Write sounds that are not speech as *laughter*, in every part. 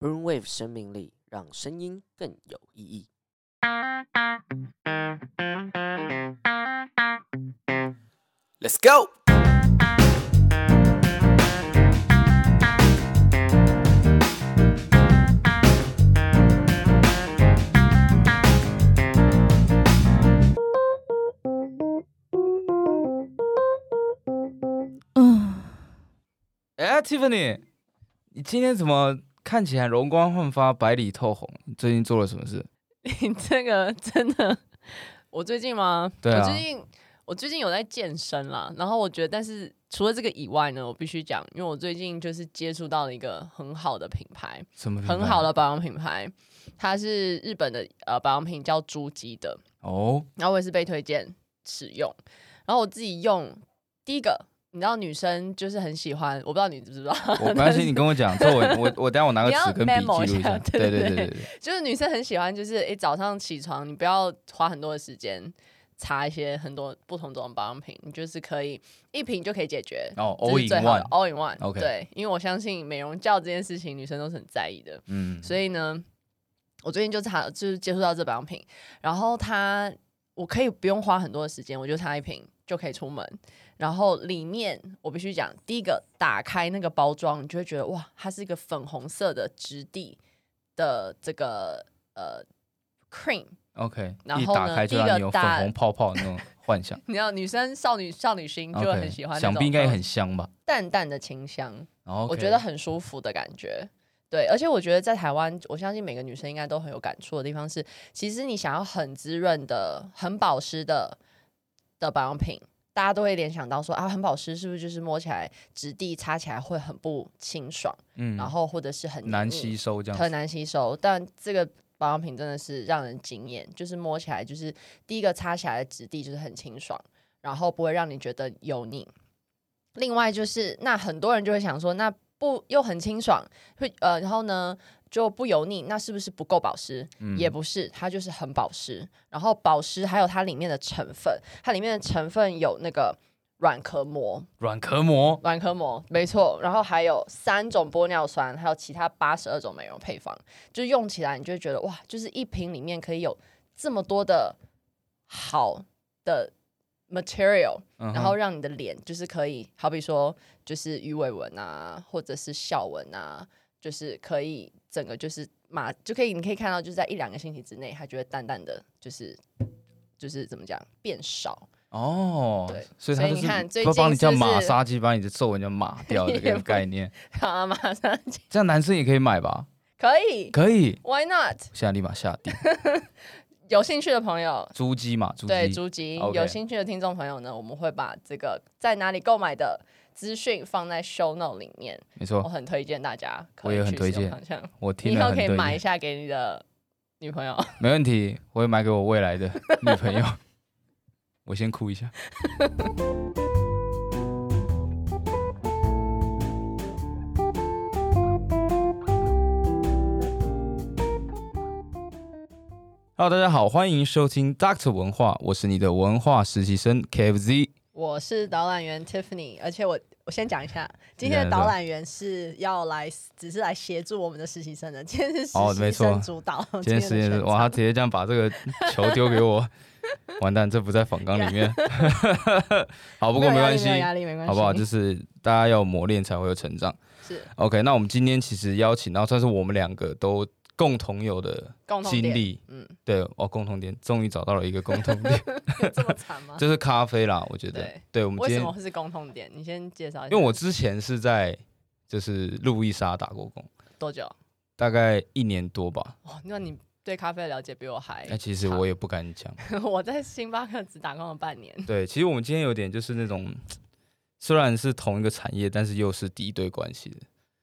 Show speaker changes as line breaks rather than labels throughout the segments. Brainwave 生命力，让声音更有意义。
Let's go！
嗯，
哎，Tiffany，你今天怎么看起来容光焕发、白里透红？你最近做了什么事？
你 *laughs* 这个真的，我最近吗？
对啊
我最近我最近有在健身啦。然后我觉得，但是除了这个以外呢，我必须讲，因为我最近就是接触到了一个很好的品牌，
什么
很好
了
的保养品牌，它是日本的呃保养品叫朱姬的， *laughs*
哦，
然后我也是被推荐使用，然后我自己用第一个。你知道女生就是很喜欢，我不知道你知不知道，
我没关系，你跟我讲，这
*laughs*
我我我等下我拿个
你要
纸跟笔记
memo
录
一下
对
对
对
对
对
对
对，
就是女生很喜欢，就是诶、早上起床，你不要花很多的时间擦一些很多不同种保养品，你就是可以一瓶就可以解决。
哦
这
，all
是
in
最好的
one，
all in one。
OK
对，因为我相信美容觉这件事情，女生都是很在意的。
嗯，
所以呢，我最近就查，就是接触到这保养品，然后它我可以不用花很多的时间，我就擦一瓶就可以出门。然后里面我必须讲，第一个打开那个包装，你就会觉得哇，它是一个粉红色的质地的这个呃 cream。
OK，
然
一
后
打
呢
开就让
第一
你
个
有粉
大
红泡泡那种幻
*laughs*
想
你知道女生少女少女心就会很喜欢
，OK，
那
想
种
必应该也很香吧？
淡淡的清香。
然后
我觉得很舒服的感觉。对，而且我觉得在台湾，我相信每个女生应该都很有感触的地方是，其实你想要很滋润的、很保湿的的保养品，大家都会联想到说啊，很保湿是不是就是摸起来质地擦起来会很不清爽，
嗯
然后或者是很
难
黏腻
吸收这样
很
子，
难吸收。但这个保养品真的是让人惊艳，就是摸起来就是第一个擦起来的质地就是很清爽，然后不会让你觉得油腻。另外就是，那很多人就会想说，那不又很清爽，会呃，然后呢就不油腻，那是不是不够保湿？
嗯
也不是，它就是很保湿。然后保湿还有它里面的成分，它里面的成分有那个软壳膜，
软壳膜
软壳膜，没错。然后还有三种玻尿酸，还有其他八十二种美容配方，就是用起来你就会觉得哇，就是一瓶里面可以有这么多的好的 material，、
嗯哼
然后让你的脸就是可以，好比说就是鱼尾纹啊，或者是笑纹啊，就是可以整个就是马就可以，你可以看到就是在一两个星期之内，它就会淡淡的，就是就是怎么讲变少。 *laughs*
哦
对，
所以它
所以
就
你看
是
最
会帮你
近
叫
是不
马
是
杀鸡，把你的皱纹就抹掉的这
*laughs* 也
个
不
概念。
好、啊，马上
这样男生也可以买吧？
可以
可以，
，Why not？
现在立马下
*laughs*
定。
有兴趣的朋友，
猪鸡嘛，猪
对
鸡，
朱吉
OK
有兴趣的听众朋友呢，我们会把这个在哪里购买的资讯放在 show note 里面，
没
我
错，
很推荐大家可
我也
以去
很推荐
使用看看，
我
哦你
听
以
了
后
很
可以
对
买一
瘾，
下给你的女朋友。
没问题，我会买给我未来的女朋友。我先哭一下。Hello，大家好，欢迎收听 Doctor 文化，我是你的文化实习生 KFZ。
*laughs* 我是导览员 Tiffany，而且我我先讲一下，今
你讲
天
你
的
说
导览员是要来，只是来协助我们的实习生的，今天是
哦
实
没
习
错
生主导。
今天实验
的
室，
全
哇，他
场
直接这样把这个球丢给
*laughs*
我，完蛋，这不在访纲里面。好，不过没
有压
关
力
系，
有压力没关系，
好不好？就是大家要有磨练才会有成长。
是
OK，那我们今天其实邀请到算是我们两个都共同有的
共同
经
点，
历，
嗯， *laughs*
对哦，共同点，终于找到了一个共同点，
这么惨吗？
就是咖啡啦。我觉得
对，
对我们
为
今
什
天
么，会是共同点？你先介绍一下，
因为我之前是在就是路易莎打过工，
多久？
大概一年多吧。
哦，那你对咖啡的了解比我还……
那哎其实我也不敢讲。
*laughs* 我在星巴克只打工了半年，
对，其实我们今天有点就是那种，虽然是同一个产业，但是又是敌对关系的。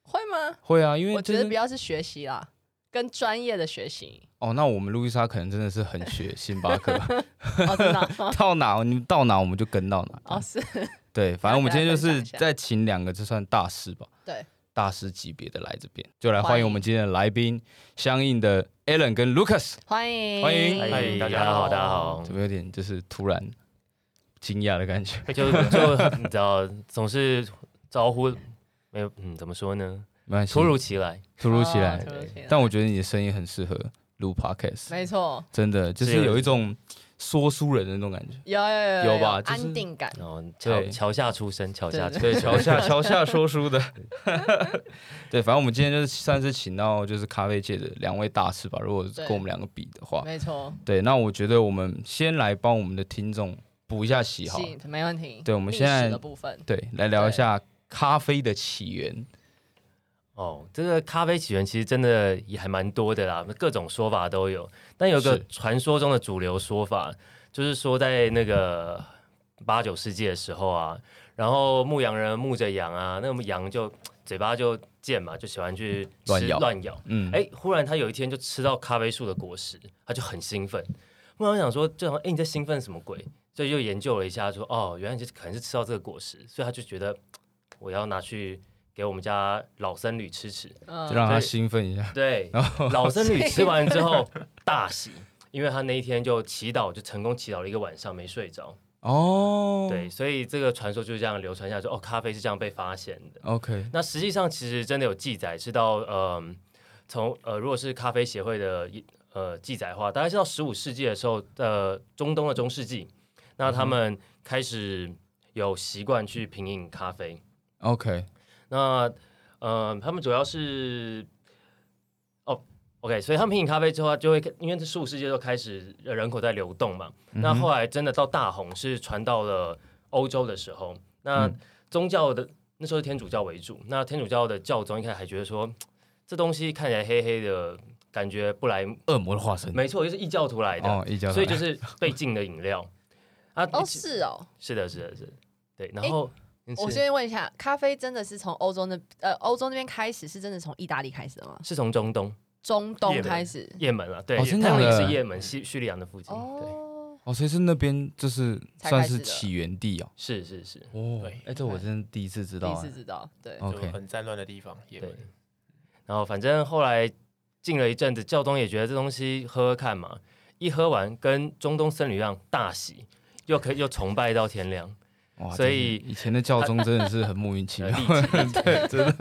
会吗？
会啊，因为
我
就
觉
是
得比较是学习啦，跟专业的学习。
哦，那我们路易莎可能真的是很学星巴克， *laughs*
哦，真的啊、哦
到哪你们到哪我们就跟到哪。
哦，是
对，反正我们今天就
大家
是
分享一下
再请两个，就算大师吧，
对，
大师级别的来这边，就来欢
欢
迎我
迎
们今天的来宾，相应的 Alan 跟 Lucas，
欢迎
欢迎哦
欢迎大家
嗨
好，大家好
怎。么有点就是突然惊讶的感觉？
*laughs*
就就你知道，总是招呼
没有，嗯，怎么说呢？
没关系，
突如其来，
突如其来
哦，突如其来
但我觉得你的声音很适合录 podcast，
没错，
真的就是
有
是有一种说书人的那种感觉。
有有有
有吧就是
安定感。
然后桥
对
桥下出生，桥下
对
*laughs* 对，
出
桥下桥下说书的， *laughs* 对，反正我们今天就是算是请到就是咖啡界的两位大师吧。如果
对
跟我们两个比的话，
没错，
对，那我觉得我们先来帮我们的听众补一下喜好，
是没问题。
对我们
历
现在
史的部分，
对，来聊一
对
下咖啡的起源。
哦，这个咖啡起源其实真的也还蛮多的啦，各种说法都有。但有一个
是
传说中的主流说法，就是说在那个八九世纪的时候啊，然后牧羊人牧着羊啊，那么羊就嘴巴就贱嘛，就喜欢去吃
乱咬
乱咬。
嗯，
哎，忽然他有一天就吃到咖啡树的果实，他就很兴奋。牧羊人想说，就想说，哎，你在兴奋什么鬼？所以就研究了一下说，哦，原来这可能是吃到这个果实，所以他就觉得我要拿去给我们家老僧侣吃吃。
就
嗯，
让他
对
兴奋一下。
对， *laughs* 老僧侣吃完之后大喜，因为他那一天就祈祷，就成功祈祷了一个晚上没睡着。
哦，
对，所以这个传说就这样流传下去。哦，咖啡是这样被发现的。
，OK，
那实际上其实真的有记载，是到呃，从呃，如果是咖啡协会的呃记载的话，大概是到十五世纪的时候，呃，中东的中世纪，那他们开始有习惯去品饮咖啡。
OK，
那呃，他们主要是哦，OK，所以他们品饮咖啡之后，就会因为这十五世纪就开始呃人口在流动嘛。那后来真的到大红是传到了欧洲的时候，那
嗯
宗教的那时候是天主教为主，那天主教的教宗一开始还觉得说这东西看起来黑黑的，感觉不来，
恶魔的化身
没错，就是嗯异教徒来的，
哦，一家，
所以就是被禁的饮料啊。
哦，
其
是哦。
是的，是的，是的，对。然
诶
后、
我
是
先问一下，咖啡真的是从欧洲那呃欧洲那边开始，是真的从意大利开始的吗？
是从中东。
中
也
东
没
开始？
也门啊，对，
哦
也
真的
他们也
假的
是也门，叙叙利亚的附近，对，
哦，
哦，所以是那边就是
才
算
开始
是
的
起源地哦。
是是是，
哦
对，
哎，这我真的第一次知
第
道哎
一次。知道，对，
哦 OK
就很战乱的地方，也
对。然后反正后来进了一阵子，教宗也觉得这东西喝喝看嘛，一喝完跟中东僧侣一样大喜，
*laughs*
又可以又崇拜到天亮，
哇，
所
真是
以
以前的教宗真的是很莫名其
呃
妙
立。
*laughs*
即。
对，真的。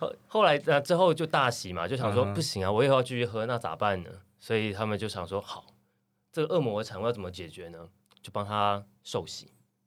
后后来呃之后就大喜嘛，就想说
嗯哼
不行啊，我以后要继续喝，那咋办呢？所以他们就想说，好，这个恶魔的产物要怎么解决呢？就帮他受洗，
*laughs*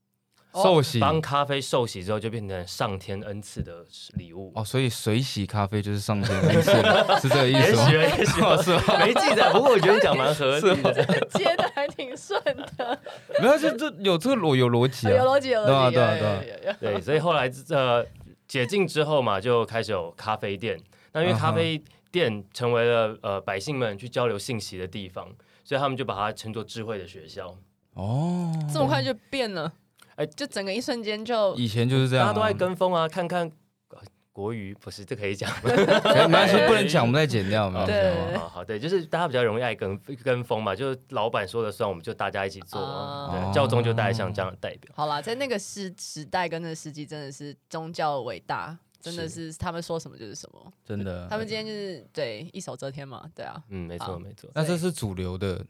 哦
寿喜
帮咖啡受洗之后，就变成上天恩赐的礼物。
哦，所以水洗咖啡就是上天恩赐
*laughs*
的，是这个意
也
思
许
吗？
也许是吧？没记 *laughs* 载，不过我觉得你讲蛮合理的。
接的还挺顺的，
没有，这这有这个逻有逻辑
有
啊。
逻辑，有逻辑，
对啊
有
对啊
有有有有
对，所以后来呃解禁之后嘛，就开始有咖啡店。那因为咖啡店成为了呃百姓们去交流信息的地方，所以他们就把它称作智慧的学校。
哦，
这么快就变了，哎，
哎
就整个一瞬间就
以前就是这
大
样啊。
家都在跟风啊，看看呃国语不是这可以讲 *laughs* 吗？
可以，没关系，不能讲，我们再剪掉，没关系。
对
好不好
好好对，就是大家比较容易爱跟跟风嘛，就是老板说了算，我们就大家一起做啊。
哦
对，教宗就带像这样的代表。
好啦，在那个时时代跟那个时机，真的是宗教的伟大，真的是他们说什么就是什么，
真的。
他们今天就是对一手遮天嘛，对啊，
嗯，没
好
错没错。
那这是主流的，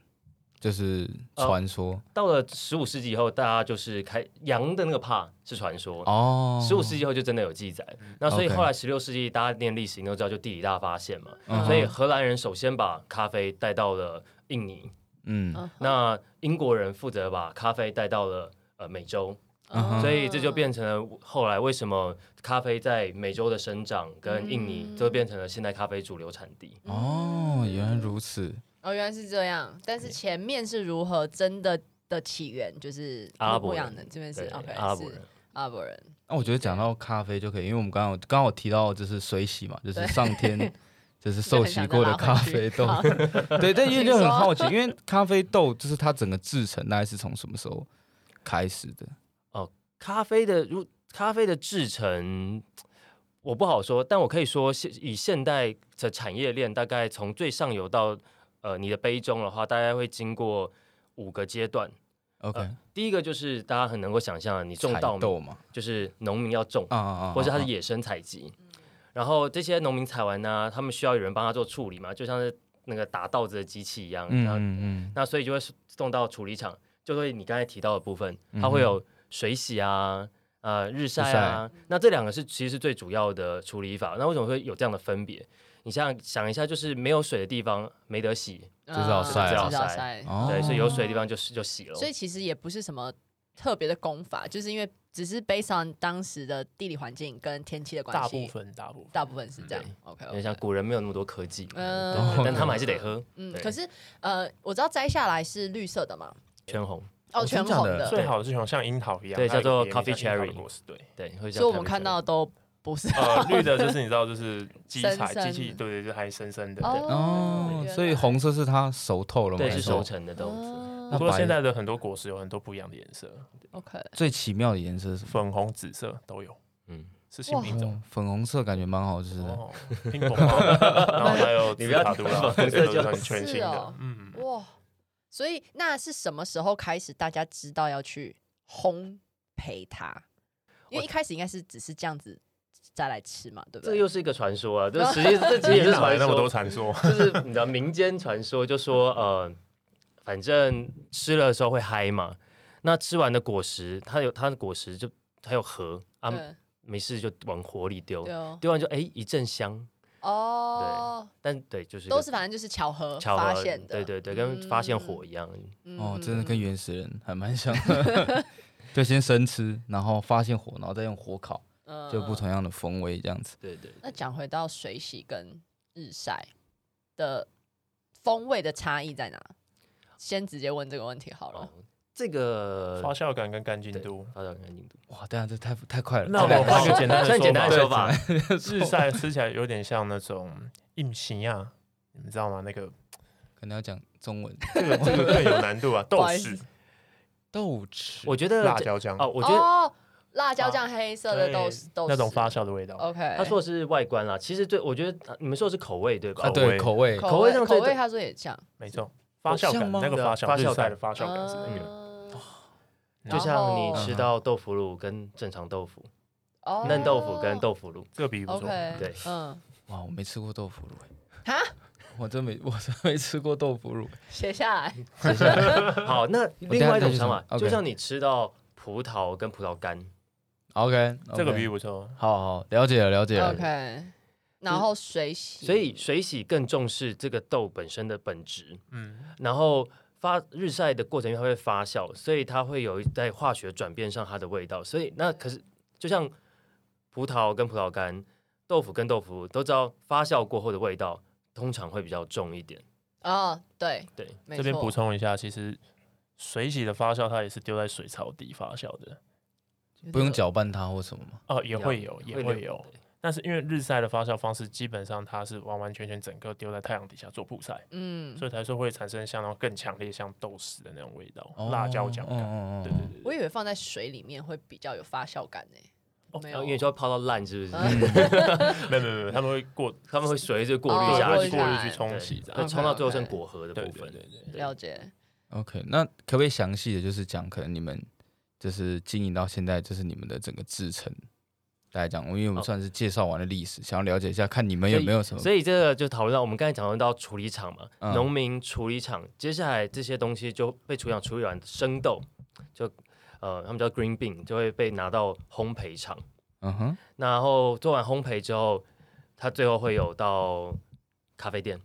就是
哦
传说
到了十五世纪以后，大家就是开羊的那个怕是传说，
哦。
十五、世纪后就真的有记载。那所以
OK
后来十六世纪，大家念历史你都知道，就地理大发现嘛。
嗯哼
所以荷兰人首先把咖啡带到了印尼，
嗯，
嗯
那英国人负责把咖啡带到了呃美洲，
嗯哼
所以这就变成了后来为什么咖啡在美洲的生长跟印尼
嗯
就变成了现代咖啡主流产地。
哦，原来如此。
哦，原来是这样，但是前面是如何真的的起源，就是
阿拉伯
牧
人
羊人这边是
对，
OK，
阿拉伯人
是。阿拉伯人，
那我觉得讲到咖啡就可以，因为我们刚刚有刚刚有提到就是水洗嘛，就是上
*laughs*
天就是受洗过的咖啡豆，
好
*laughs* 对，但因为就
请
很
说
好
*laughs*
奇，因为咖啡豆就是它整个制成大概是从什么时候开始的？
咖啡的如咖啡的制成，我不好说，但我可以说现以现代的产业链，大概从最上游到呃你的杯中的话，大概会经过五个阶段。
OK，、
呃第一个就是大家很能够想象的，你种
采
稻米，
豆嘛，
就是农民要种，
啊啊啊，
或是他是
啊
野生采集，然后这些农民采完呢，他们需要有人帮他做处理嘛，就像是那个打稻子的机器一样，
嗯
然后
嗯嗯，
那所以就会送到处理厂，就会你刚才提到的部分，
嗯
它
哼
会有水洗啊，呃日晒啊。那这两个是其实是最主要的处理法。那为什么会有这样的分别？你想想一下，就是没有水的地方没得洗，
就是要晒
啊
啊
就是要晒。
哦
对，所以有水的地方就是就洗了。
哦所以其实也不是什么特别的功法，就是因为只是 based on 当时的地理环境跟天气的关
大
系，
部分大部分
大部分是这样
对。
OK，,
因为像古人嗯没有那么多科技，
嗯
对但他们还是得喝
嗯，
对
可是呃，我知道摘下来是绿色的嘛，
全红，
哦，
哦
全
真假
红
的
的，
最好是像像樱桃一样，
呃对
它有
叫做
一个别名
coffee
叫樱桃的
cherry
果实对，
对，会叫
所以我们
Cabernet
看到的
Sauvignon
都不是。
呃，绿的就是你知道，就是基
深
材机
深
器，对对，就是还深深的。对
哦
哦，
原
所以
来
红色是它熟透了嘛？
对是
还说
熟成的豆子，
那
哦
不过
白
现在的很多果实有很多不一样的颜色，
OK，
最奇妙的颜色是什么？
粉红、紫色都有，
嗯。
是新品种。
哦粉红色感觉蛮好吃的。
哦，
啊
拼搏嘛，然后还有
你不要
塔杜拉，
*laughs* 粉红色
这都是
就
很全新
是
的
哦。
嗯，
哇，所以那是什么时候开始大家知道要去烘焙它？因为一开始应该是只是这样子再来吃嘛，对不
这
对？
又是一个传说啊，这实际这其实也是
哪
传
来那么多
说，
传说？
就是你知道民间传说就说呃，反正吃了的时候会嗨嘛，那吃完的果实它有它的果实就它有核啊，
对
没事就往火里丢
对，哦，
丢完就哎一阵香，
哦，
但对就是
都是反正就是巧合
巧合
发现的，
对对对，跟发现火一样，
嗯
哦，真的跟原始人还蛮像的。 *laughs* 就先生吃，然后发现火，然后再用火烤，就不。
嗯嗯
同样的风味这样子。
对对，对
那讲回到水洗跟日晒的风味的差异在哪？先直接问这个问题好了
哦。，这个
发酵感跟干净
对
度。
发酵跟印度，
哇，对啊，这太太快了。
那我换一个简单的
算简单的
说
说
法，
法，
日晒吃起来有点像那种硬皮啊，你们知道吗？那个
可能要讲中文。
这个这个更有难度啊，
不
豆
好意思
豉、
豆豉，
我觉得
辣椒酱
哦，我觉得啊
哦，辣椒酱黑色的豆豉豆
那种
哦豉
发酵的味道，
OK，
他说的是外观啦，其实最我觉得呃你们说的是口味对吧
啊，？对
口
口味
口
口
味
味上
口
最
味他说也像
没错，发酵
像
感
吗
那个发酵，
发酵
日晒
感
的发酵感是那个。
嗯
就像你吃
然后
到豆腐乳跟正常豆腐，
哦
嫩豆腐跟豆腐乳，
这个比喻不错，
OK
对
嗯，
哇，我没吃过豆腐乳欸，
哈，
我真没我 *laughs* 真没吃过豆腐乳。
写下来
*laughs* 好，那另外一种想法
我等下再去，想
就
OK
像你吃到葡萄跟葡萄干，
嗯
OK，
这个比喻不错。
好好了解了了解了。
OK，然后水洗，
所以水洗更重视这个豆本身的本质，
嗯，
然后发日晒的过程，因为它会发酵，所以它会有一在化学转变上它的味道。所以那可是就像葡萄跟葡萄干、豆腐跟豆腐乳都知道发酵过后的味道通常会比较重一点，
哦对
对，
没
这边
错
补充一下，其实水洗的发酵它也是丢在水槽底发酵的，
不用搅拌它或什么吗？
哦，也会有，也会
流
有。但是因为日晒的发酵方式，基本上它是完完全全整个丢在太阳底下做曝晒，
嗯
所，以才说会产生相当更强烈像豆豉的那种味道，
哦
辣椒酱
哦
感。
哦哦
对对对
我以为放在水里面会比较有发酵感呢，没
然
有，嗯
后哦因为就要泡到烂，是不是？
啊
对，没有没有没有，他们会过
*laughs* 他们会随着过
哦
滤下
过
去，
滤下
过滤
来
去冲洗这
对
样。
会冲到最后
OK，OK
剩果核的
对
部
对
分。
对对，
对
了解，
OK，那可不可以详细的就是讲，可能你们就是经营到现在，就是你们的整个制程来讲，因为我们
好
算是介绍完了历史，想要了解一下，看你们有没有什么
所以这个就讨论到我们刚才讨论到处理厂嘛，
嗯
农民处理厂，接下来这些东西就被处理厂处理完生豆，就呃他们叫 green bean，就会被拿到烘焙厂，
嗯哼
然后做完烘焙之后，它最后会有到咖啡店。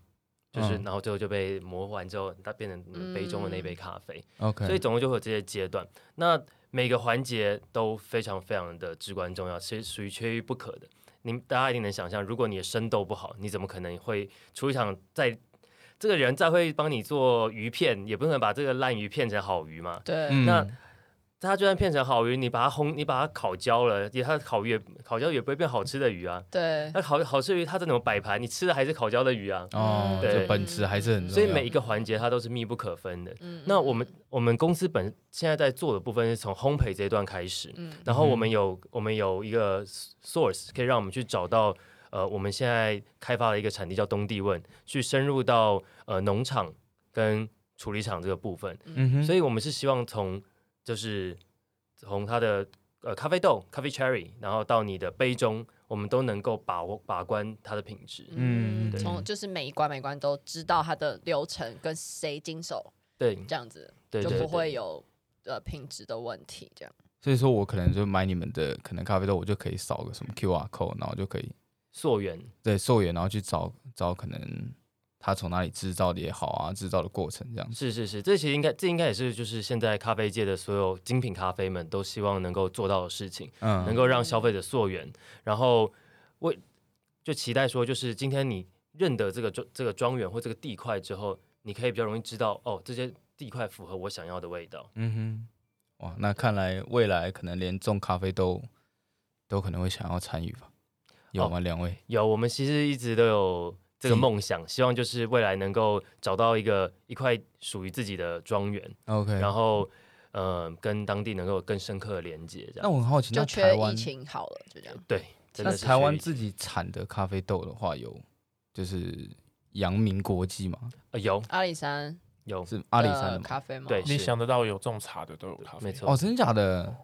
就是，
嗯
然后最后就被磨完之后，它变成你们杯中的那杯咖啡，
OK，
所以总共就会有这些阶段。那每个环节都非常非常的至关重要，其实属于缺一不可的。你大家一定能想象，如果你的生豆不好，你怎么可能会出一场在这个人再会帮你做鱼片，也不可能把这个烂鱼片成好鱼嘛？
对，
嗯
那它就算片成好鱼，你把它烘，你把它烤焦了，也它烤鱼也烤焦也不会变好吃的鱼啊。
对，
那烤好吃的鱼，它再怎么摆盘，你吃的还是烤焦的鱼啊。
哦，
对
这本质还是很重要，
所以每一个环节它都是密不可分的。
嗯
那我们我们公司本现在在做的部分是从烘焙这一段开始，
嗯
然后我们有我们有一个 source 可以让我们去找到呃我们现在开发的一个产地叫东帝汶，去深入到呃农场跟处理厂这个部分，
嗯哼，
所以我们是希望从就是从它的呃咖啡豆咖啡 cherry，然后到你的杯中，我们都能够把握把关它的品质。
嗯
嗯，
对
从就是每一关每一关都知道它的流程跟谁经手，
对
这样子
对
就
对，
不
对
会有呃品质的问题，这样
所以说我可能就买你们的可能咖啡豆，我就可以扫个什么 QR code，然后就可以
溯源，
对溯源，然后去找找可能它从哪里制造的也好啊，制造的过程这样子。
是是是，这其实应该这应该也是就是现在咖啡界的所有精品咖啡们都希望能够做到的事情，
嗯，
能够让消费者溯源，然后我就期待说，就是今天你认得这个庄这个庄园或这个地块之后，你可以比较容易知道哦，这些地块符合我想要的味道。
嗯哼，哇，那看来未来可能连种咖啡都都可能会想要参与吧？
哦
有吗？两位？
有，我们其实一直都有这个
怎么
梦想，希望就是未来能够找到一个一块属于自己的庄园，
OK，
然后呃，跟当地能够有更深刻的连接。这
那
样
我很好奇，
就
那
缺
台
疫
湾
情好了，就这样。
对，真的
那
是
台湾
学
自己产的咖啡豆的话，有就是阳明国际嘛，
呃有
阿里山
有
是阿里
的
山的嘛？
咖啡吗？
对
你
是
想得到有种茶的都有咖啡，
没错
哦，真假的？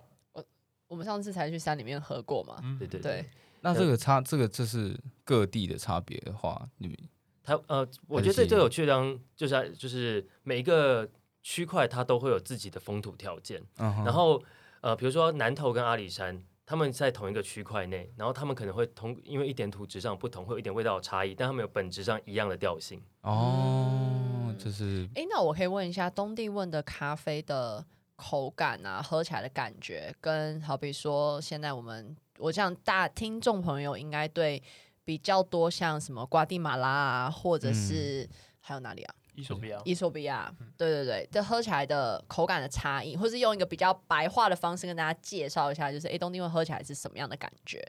我们上次才去山里面喝过嘛。
嗯
对对
对，
那这个差，这个这是各地的差别的话，你们
它呃，我
还
觉得
是
这最有趣的地方就是它就是每一个区块它都会有自己的风土条件，
嗯哼
然后呃，比如说南投跟阿里山，他们在同一个区块内，然后他们可能会同因为一点土质上不同，会有一点味道的差异，但他们有本质上一样的调性。
哦，就是
哎，那我可以问一下，东帝汶的咖啡的口感啊，喝起来的感觉，跟好比说现在我们，我这样大听众朋友应该对比较多，像什么瓜地马拉啊，或
嗯
者是、还有哪里啊，
伊索
哦
比亚
伊索比亚，对对对，这喝起来的口感的差异，或是用一个比较白话的方式跟大家介绍一下，就是哎，诶东帝汶喝起来是什么样的感觉？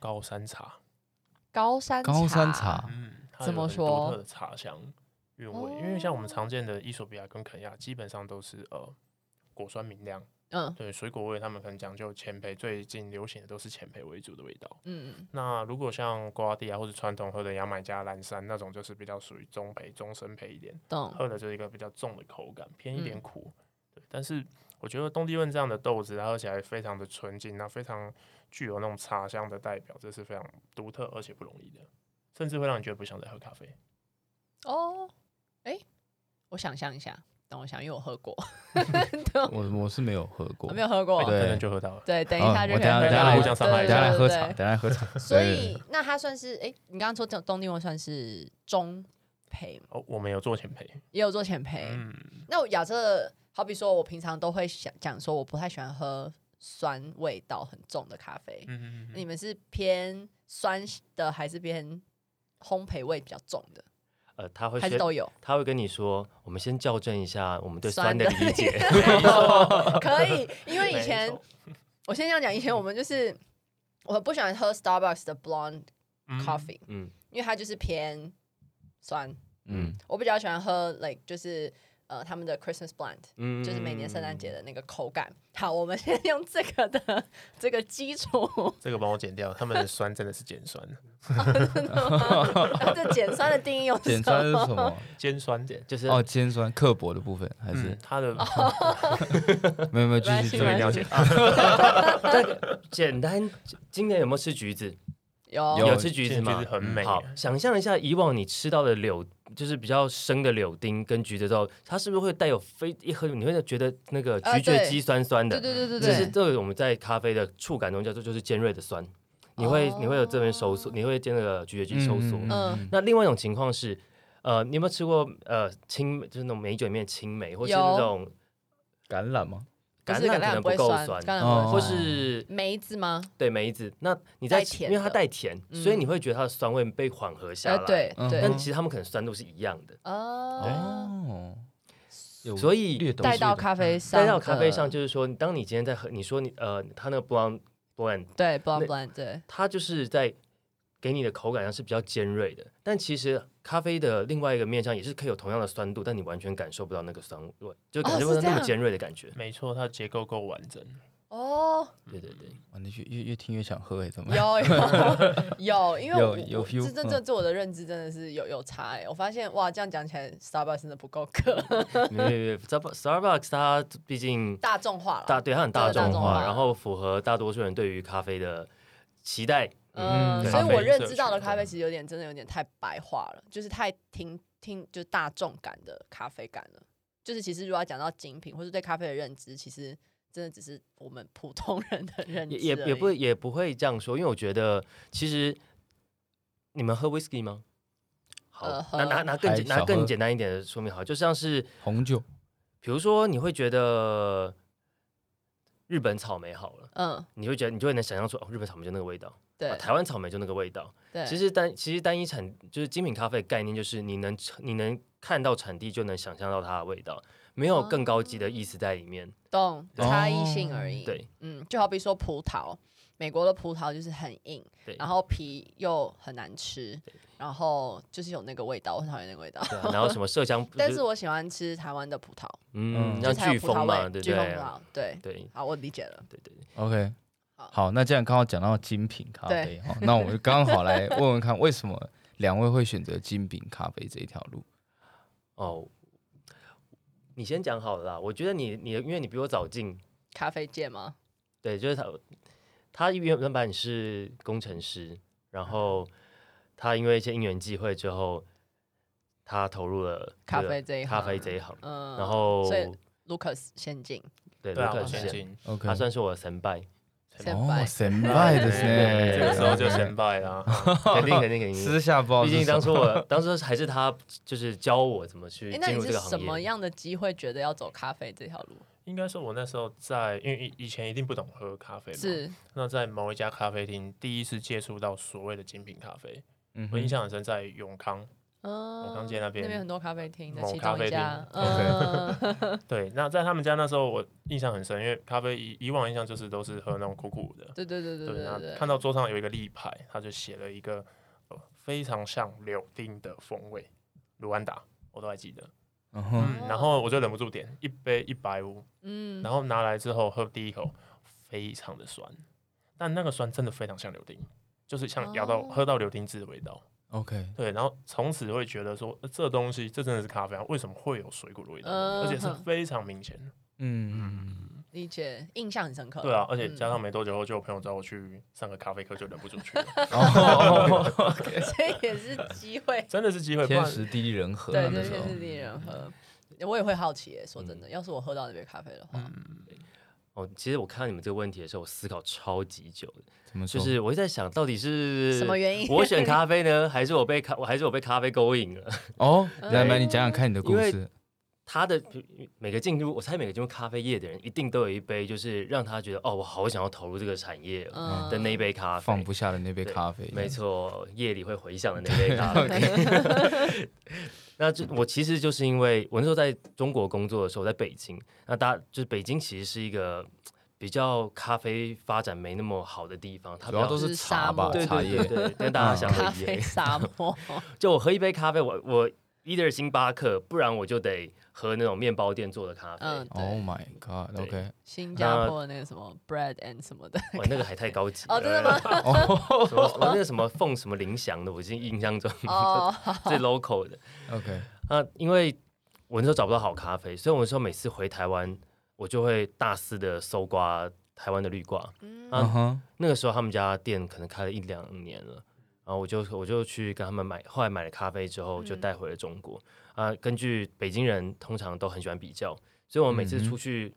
高山茶，
高山
高山茶，
嗯，它
怎
有
么
很独
说
特的茶香韵味，因为像我们常见的伊索比亚跟肯亚，基本上都是呃果酸明亮，
嗯
对水果味，他们可能讲究前焙，最近流行的都是前焙为主的味道。
嗯嗯，
那如果像瓜地啊亚或者传统喝的牙买加蓝山那种，就是比较属于中焙、中深焙一点，
懂。
喝的就是一个比较重的口感，偏一点
嗯
苦。对，但是我觉得东帝汶这样的豆子，它喝起来非常的纯净，那非常具有那种茶香的代表，这是非常独特而且不容易的，甚至会让你觉得不想再喝咖啡。
哦，哎，我想象一下，等我想，因为我喝
*laughs*
过，
我我是没有喝
我
过
嗯
哎
没，有喝过
那。
对
哎可能就喝到了。
对，等一
哦
下就
我
可以
等下
喝
等下
到
来
了
互相伤害
对
一
等
下
下来
对
喝
对
茶，等下来喝茶。
所
对对
以那它算是哎，你刚刚说东东帝汶算是中配嘛，
哦，我们有做前焙，
也有做前配。
嗯，
那我假设好比说，我平常都会想讲说，我不太喜欢喝酸味道很重的咖啡。
嗯
你们是偏酸的，还是偏烘焙味比较重的，
呃，他会
还是
先
都有？
他会跟你说，我们先校正一下我们对
酸
酸
的
的
*laughs*
理解。
可以，因为以前
嗯没错
我先这样讲，以前我们就是我不喜欢喝 Starbucks 的 Blonde
嗯
Coffee，、
嗯，
因为它就是偏酸。 *laughs*
嗯，
我比较喜欢喝 like 就是呃他们的 Christmas Blend，
嗯
*laughs* 就是每年圣诞节的那个口感。好，我们先用这个的这个基础，
这个帮我剪掉，他们的酸真的是碱酸，
这减酸的定义有什
碱酸是
么？
什么？
*laughs* 尖酸碱。
就是
哦，尖酸刻薄的部分还是
嗯，它的
哦
*laughs*
没有没有，继
没关
续
这
继续
系
个
没
一定要
关
剪
系。
简单。今年有没有吃橘子？
有
有
吃橘
橘
子吗？
很美。啊
好，想象一下，以往你吃到的柳，就是比较生的柳丁跟橘子之后，它是不是会带有非一喝，你会觉得那个
啊
橘子
对
肌酸酸的？
对对对对
这是
对，
这个我们在咖啡的触感中叫做就是尖锐的酸，你会、你会有这边收缩，你会见那个咀嚼肌收缩。
嗯
嗯，
那另外一种情况是，呃，你有没有吃过呃青就是那种美酒里面的青梅，或是
有
那种
橄榄吗？
不
橄
是
榄
橄
可
榄
能
不会
够
酸，
酸，
橄榄不会
哦
或
酸
是
梅子吗？
对梅子，那你在
带
吃
甜
因为它
的
带甜，
嗯
所以你会觉得它的酸味被缓和下
哎
来。，
对
嗯
对
但，其实它们可能酸度是一样的，
哦，
哦，有
所以
略懂
带
略
到
懂
咖啡上，
带到咖啡
哦
上，，就是说，当你今天在喝，你说你呃，它那个 blonde blend，
对，blend blend，对，
它就是在给你的口感上是比较尖锐的，但其实咖啡的另外一个面向也是可以有同样的酸度，但你完全感受不到那个酸味，就感受不
哦是
到
这
那么
样
尖锐的感觉。
没错，它的结构够完整。
哦，*laughs*
对对对，
哇，你越越越听越想喝哎，怎么办？
有 *laughs* 有有，因为
有
我
有
我
feel，
这这
嗯
这这我的认知真的是有有差哎、我发现哇，这样讲起来，Starbucks 真的不够格， *laughs*
没没没，Starbucks Starbucks 它毕竟
大众化
大
了。
对它很
真
大
的大
众
众
化，
化
然后符合大多数人对于咖啡的期待。
嗯
嗯，所以
咖啡
我认
社
知
群
到的咖
对
啡其实有点真的有点太白化了，就是太听听就是大众感的咖啡感了。就是其实如果要讲到精品或是对咖啡的认知，其实真的只是我们普通人的认知
也也
而
也不
已
也不会这样说，因为我觉得其实你们喝 whisky 吗？好，
呃喝
拿拿拿更
还
简
少
拿
喝
更简单一点的说明好，就像是
红酒
比如说你会觉得日本草莓好了，
嗯，
你会觉得你就会能想象出哦，日本草莓就那个味道，
对、
啊台湾草莓就那个味道。
对，
其实单其实单一产就是精品咖啡的概念，就是你能你能看到产地就能想象到它的味道，没有更高
哦
级的意思在里面。
懂
对
差异性而已。
哦对，
嗯，就好比说葡萄，美国的葡萄就是很硬，
对，
然后皮又很难吃
对，
然后就是有那个味道，我很讨厌那个味道。
对啊、然后什么麝香，
但
就是
我喜欢吃台湾的葡萄，
嗯，
嗯
像
就是还有
飓
葡萄
风嘛，
味，
对不
飓风
对
葡？萄，对。
对
好，我理解了。
对对对，
，OK。
好
好，那既然刚好讲到精品咖啡，哦，那我们刚好来问问看，为什么两位会选择精品咖啡这一条路？
哦，你先讲好了啦。我觉得你你因为你比我早进，
咖啡界吗？
对，就是他他原原本是工程师，然后他因为一些因缘际会之后，他投入了
咖
个
啡这一
咖
行
啡这一行，
嗯，
然后
所以 Lucas 先进，
对
对啊，
卢
我嗯
克
先
先，
进，
OK，
他算是我的
*laughs*
神拜，
先
哦，
拜。
神拜的
对
这个
是
时候就
*laughs*
先拜啦。 *laughs*
肯定肯定肯定
私。下包，
毕竟当初我当初还是他就是教我怎么去
哎，那
进
你
入这
是
个
什么
*laughs*
*laughs*
行业。
样的机会觉得要走咖啡这条路？
应该说，我那时候在，因为以以前一定不懂喝咖啡嘛，
是
那在某一家咖啡厅，第一次接触到所谓的精品咖啡，
嗯
我
哼
印象很深，在永康。
嗯，
刚街那边
那边很多咖啡厅的
某
其
咖
中一
啡厅
家，
OK
嗯，
*laughs* 对，那在他们家那时候，我印象很深，因为咖啡以以往印象就是都是喝那种苦苦的。
对对对对
对，然
对
后
对，
看到桌上有一个立牌，他就写了一个、呃、非常像柳丁的风味，卢安达，我都还记得。
嗯哼，
哦
嗯，然后我就忍不住点一杯一百五，
嗯，
然后拿来之后喝第一口，非常的酸，但那个酸真的非常像柳丁，就是像咬到、
哦
喝到柳丁汁的味道。
OK，
对，然后从此会觉得说、呃这东西这真的是咖啡啊，为什么会有水果的味道？而且是
嗯哼
非常明显的。
嗯，
理解，印象很深刻。
对啊，而且
嗯
加上没多久后，就有朋友找我去上个咖啡课，就忍不住去了，。
*laughs*
嗯 *laughs*
哦，
*laughs* 所以也是机会
真的是机会。不
天
然
时地利人和，啊
对
那
对，
时
确
候
实令人喝。我也会好奇耶，说真的，要是我喝到那杯咖啡的话，
哦，其实我看到你们这个问题的时候，我思考超级久的，
怎么说？
就是我一直在想，到底是
什么原因
我选咖啡呢，还是我被咖，我还是我被咖啡勾引了？ *laughs*
哦，
嗯
来来，你讲讲看你的故
因
事。
他的每个进入，我猜每个进入咖啡业的人，一定都有一杯，就是让他觉得哦，我好想要投入这个产业哦
嗯
的那一杯咖啡。
放不下的那杯咖啡，
没错，夜里会回想的那杯咖啡。 *laughs* 那就我其实就是因为我那时候在中国工作的时候，在北京，那大就是北京其实是一个比较咖啡发展没那么好的地方，它比
主要
较
都
就是是
茶
沙
吧
漠，
对
茶
对对
叶。嗯
对，跟大家想
咖
的一
啡
样。
沙漠，
就我喝一杯咖啡，我我 either 星巴克，不然我就得喝那种面包店做的咖啡。
嗯，
Oh
对，
my god，OK，
新加坡的那个什么 bread and 什么的，
哇，那个还太高级
哦真的吗？
*laughs* 什么什么那个什么凤什么林祥的，我已经印象中
哦，
*laughs* 最 local 的。 *laughs*
OK，
那、因为我那时候找不到好咖啡，所以我那时候每次回台湾，我就会大肆的搜刮台湾的绿挂。
嗯哼，
那个时候他们家店可能开了一两年了，然后我就我就去跟他们买，后来买了咖啡之后就带回了中国。啊、根据北京人通常都很喜欢比较，所以我每
嗯
次
哼
出去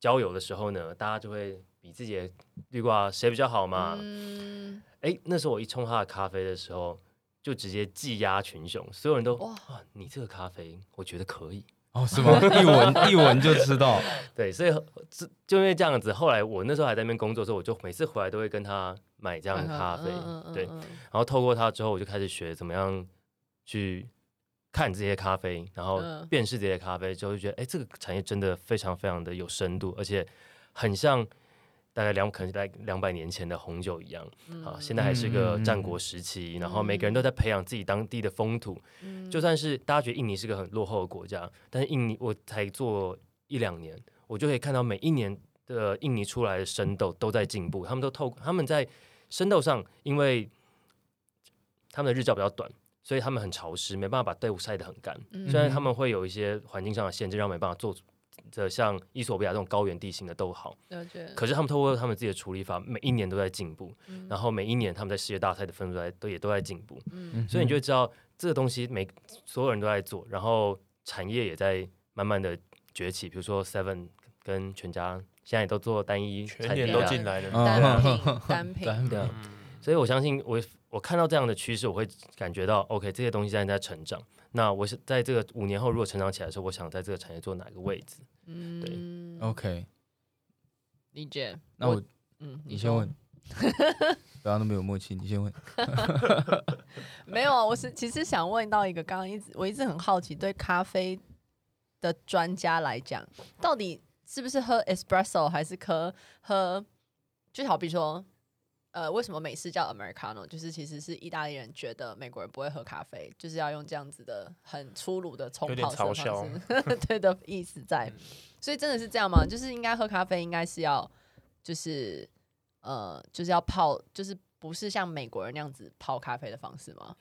郊游的时候呢，大家就会比自己的绿挂谁比较好嘛。
嗯，
哎、那时候我一冲他的咖啡的时候，就直接技压群雄，所有人都
哇
哇、啊，你这个咖啡我觉得可以。
哦是吗？一闻一闻就知道，
对，所以这就因为这样子，后来我那时候还在那边工作的时候，我就每次回来都会跟他买这样的咖啡，
嗯嗯
对。
嗯嗯
然后透过他之后，我就开始学怎么样去看这些咖啡，然后
嗯
辨识这些咖啡，之后就觉得，哎、这个产业真的非常非常的有深度，而且很像大概两可能在两百年前的红酒一样
嗯
啊，现在还是个战国时期，然后每个人都在培养自己当地的风土，
嗯
就算是大家觉得印尼是个很落后的国家，但是印尼我才做一两年，我就可以看到每一年的印尼出来的生豆都在进步，他们都透他们在生豆上，因为他们的日照比较短，所以他们很潮湿，没办法把队伍晒得很干。
嗯
虽然他们会有一些环境上的限制，让没办法做的像伊索比亚这种高原地形的豆好，
了解，
可是他们透过他们自己的处理法，每一年都在进步，
嗯
然后每一年他们在世界大赛的分数在都也都在进步，
嗯
所以你就会知道这个东西每所有人都在做，然后产业也在慢慢的崛起，比如说 Seven 跟全家。现在也都做单一
全
产
年
地
都
了。
进来了。
单
嗯
品单
*laughs*
品，
对啊，
嗯，
所以我相信我我看到这样的趋势，我会感觉到 OK 这些东西在在成长。那我是在这个五年后如果成长起来的时候，我想在这个产业做哪个位置？
嗯，
OK，
理解。
那我
嗯，
你
说
先问，
*laughs*
不要那么有默契，你先问。
*laughs* 没有啊，我是其实想问到一个，刚刚一直我一直很好奇，对咖啡的专家来讲，到底是不是喝 espresso 还是喝喝，就好比说，呃，为什么美式叫 americano？就是其实是意大利人觉得美国人不会喝咖啡，就是要用这样子的很粗鲁的冲
有点
泡式
嘲
的
笑嗯
方式， *laughs* 对的意思在。所以真的是这样吗？就是应该喝咖啡，应该是要就是呃，就是要泡，就是不是像美国人那样子泡咖啡的方式吗？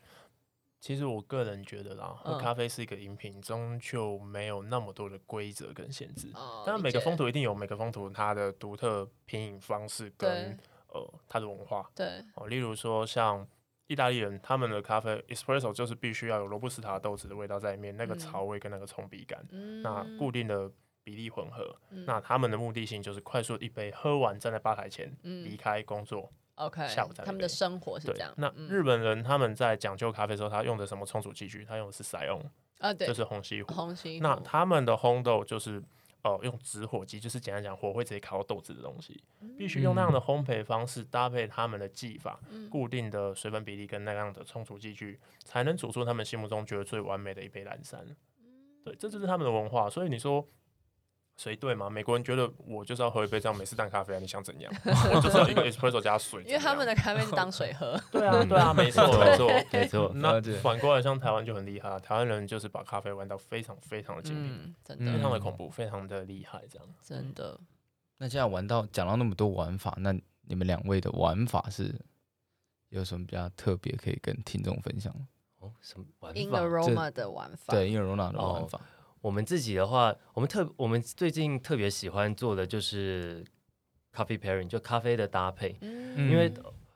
其实我个人觉得啦，喝
嗯
咖啡是一个饮品，终究没有那么多的规则跟限制。
哦
当然，每个风
土
土一定有每个风土它的独特品饮方式
对
跟呃它的文化
对
哦。例如说，像意大利人他们的咖啡 espresso 就是必须要有罗布斯塔豆子的味道在里面，那个
嗯
潮味跟那个冲鼻感，
嗯
那固定的比例混合。
嗯
那他们的目的性就是快速一杯喝完，站在吧台前离
嗯
开工作。
OK
下午再
他们
来呗
的生活是
对
这样，。
那
嗯
日本人他们在讲究咖啡的时候，他用的什么冲煮器具？他用的是塞翁，
啊对，
就是虹吸壶。
红心
那
火
他们的烘豆就是呃用直火机，就是简单讲火会直接烤到豆子的东西，必须用那
嗯
样的烘焙方式搭配他们的技法，固定的水粉比例跟那样的冲煮器具，才能煮出他们心目中觉得最完美的一杯蓝山。
嗯
对，这就是他们的文化。所以你说。谁对吗？美国人觉得我就是要喝一杯这样美式淡咖啡啊，你想怎
*laughs*
样？我就是要一个 espresso 加水怎
因
样，
为他们的咖啡
嗯
是当水喝，
对啊，对啊，没错没错。
嗯
*laughs*
没错，
那
了解
反过来，像台湾就很厉害，台湾人就是把咖啡玩到非常非常的精品，
嗯，真
非常
的
的恐怖，非常的厉害，这样。
真的，
那现在玩到讲到那么多玩法，那你们两位的玩法是有什么比较特别可以跟听众分享吗？
哦，什么玩
In
法？
Aroma 的玩法，
对，因为 Rona 的玩
哦
法，
我们自己的话，我们特我们最近特别喜欢做的就是咖啡 pairing，就咖啡的搭配。
嗯，
因为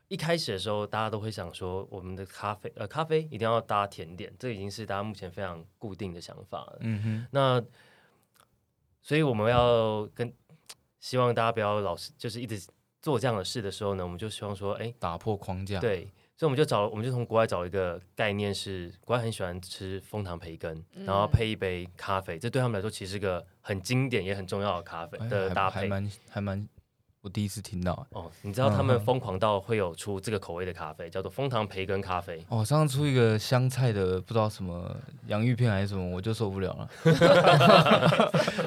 一开始的时候，大家都会想说，我们的咖啡呃咖啡一定要搭甜点，这已经是大家目前非常固定的想法了。
嗯
那所以我们要跟希望大家不要老是就是一直做这样的事的时候呢，我们就希望说，哎
哼，，打破框架，，
对，所以我们就找我们就从国外找一个概念是，国外很喜欢吃枫糖培根，
嗯
然后配一杯咖啡，这对他们来说其实是个很经典也很重要的咖啡
哎、
的
还
搭
还
配。
蛮还蛮，我第一次听到、
哦，你知道他们
嗯嗯
疯狂到会有出这个口味的咖啡，叫做枫糖培根咖
*laughs*
啡。
哦，上次出一个香菜的，不知道什么洋芋片还是什么，我就受不了了。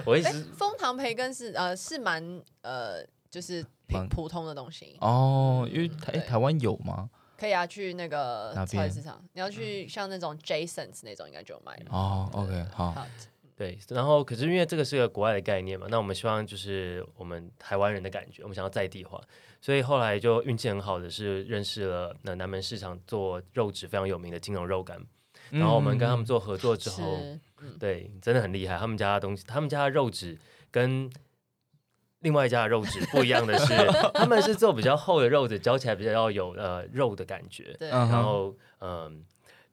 我一
哎
直，
枫糖培根是呃是蛮呃就是
蛮
平普通的东西，
哦，因为台、
对
台湾有吗？
可以啊，去那个
哪
超
边
级市场，
嗯
你要去像那种 Jasons 那种应该就有卖了，
哦，OK，好，
好，
对，然后可是因为这个是个国外的概念嘛，那我们希望就是我们台湾人的感觉，我们想要在地化，所以后来就运气很好的是认识了那南门市场做肉质非常有名的金融肉干，然后我们跟
嗯
他们做合作之后，
是嗯
对，真的很厉害。他们家的东西，他们家的肉质跟另外一家的肉质不一
*laughs*
样的是，他们是做比较厚的肉质，嚼起来比较有呃肉的感觉，
对，
嗯
然后嗯、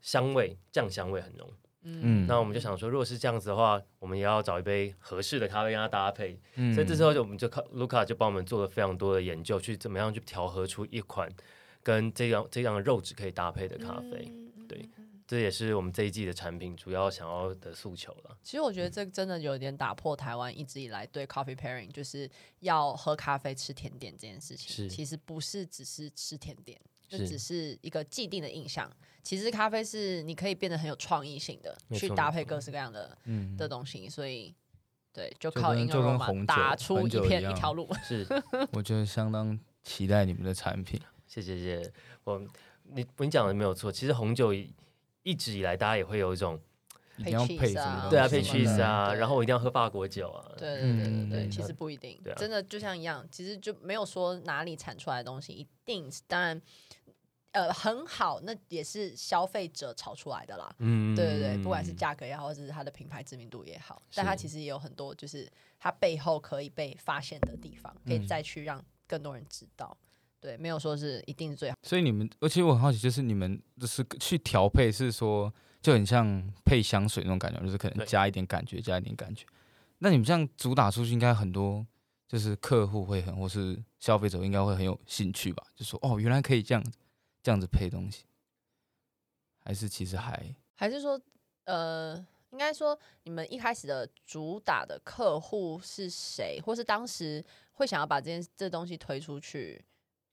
香味酱香味很浓。
嗯，
那我们就想说，如果是这样子的话，我们也要找一杯合适的咖啡跟它搭配。
嗯
所以这时候就我们就靠卢卡就帮我们做了非常多的研究，去怎么样去调和出一款跟这样这样的肉质可以搭配的咖啡。
嗯
对，这也是我们这一季的产品主要想要的诉求了。
其实我觉得这真的有点打破台湾一直以来对 coffee pairing 就是要喝咖啡吃甜点这件事情，
是
其实不是只是吃甜点，这
是
只是一个既定的印象。其实咖啡是你可以变得很有创意性的，
没
去
错
搭
没
配
错
各式各样的、
嗯
的东西，所以对，就
就
靠
跟
In
就跟
Aroma
红酒
打出
红
一
酒
片
一
一
样
条路。
是，
嗯我觉得相当期待你们的产品。
谢谢谢谢我，你你讲的没有错。其实红酒一一直以来，大家也会有一种
一定要
配
配
cheese
什
啊
么东西？
对啊，配
什么的
cheese 啊，
对
然后我一定要喝法国酒啊。
对对对对对，
嗯
其
那
实不一定
对，啊
真的就像一样，其实就没有说哪里产出来的东西一定是，当然，呃，很好，那也是消费者炒出来的啦。
嗯
对对对，不管是价格也好，或者是它的品牌知名度也好，但它其实也有很多就是它背后可以被发现的地方，可
嗯
以再去让更多人知道。对，没有说是一定是最好。
所以你们，而且我很好奇，就是你们就是去调配，是说就很像配香水那种感觉，就是可能
对
加一点感觉，加一点感觉。那你们这样主打出去，应该很多就是客户会很或是消费者应该会很有兴趣吧？就说哦，原来可以这样子这样子配东西，还是其实还
还是说，呃，应该说你们一开始的主打的客户是谁，或是当时会想要把这件这东西推出去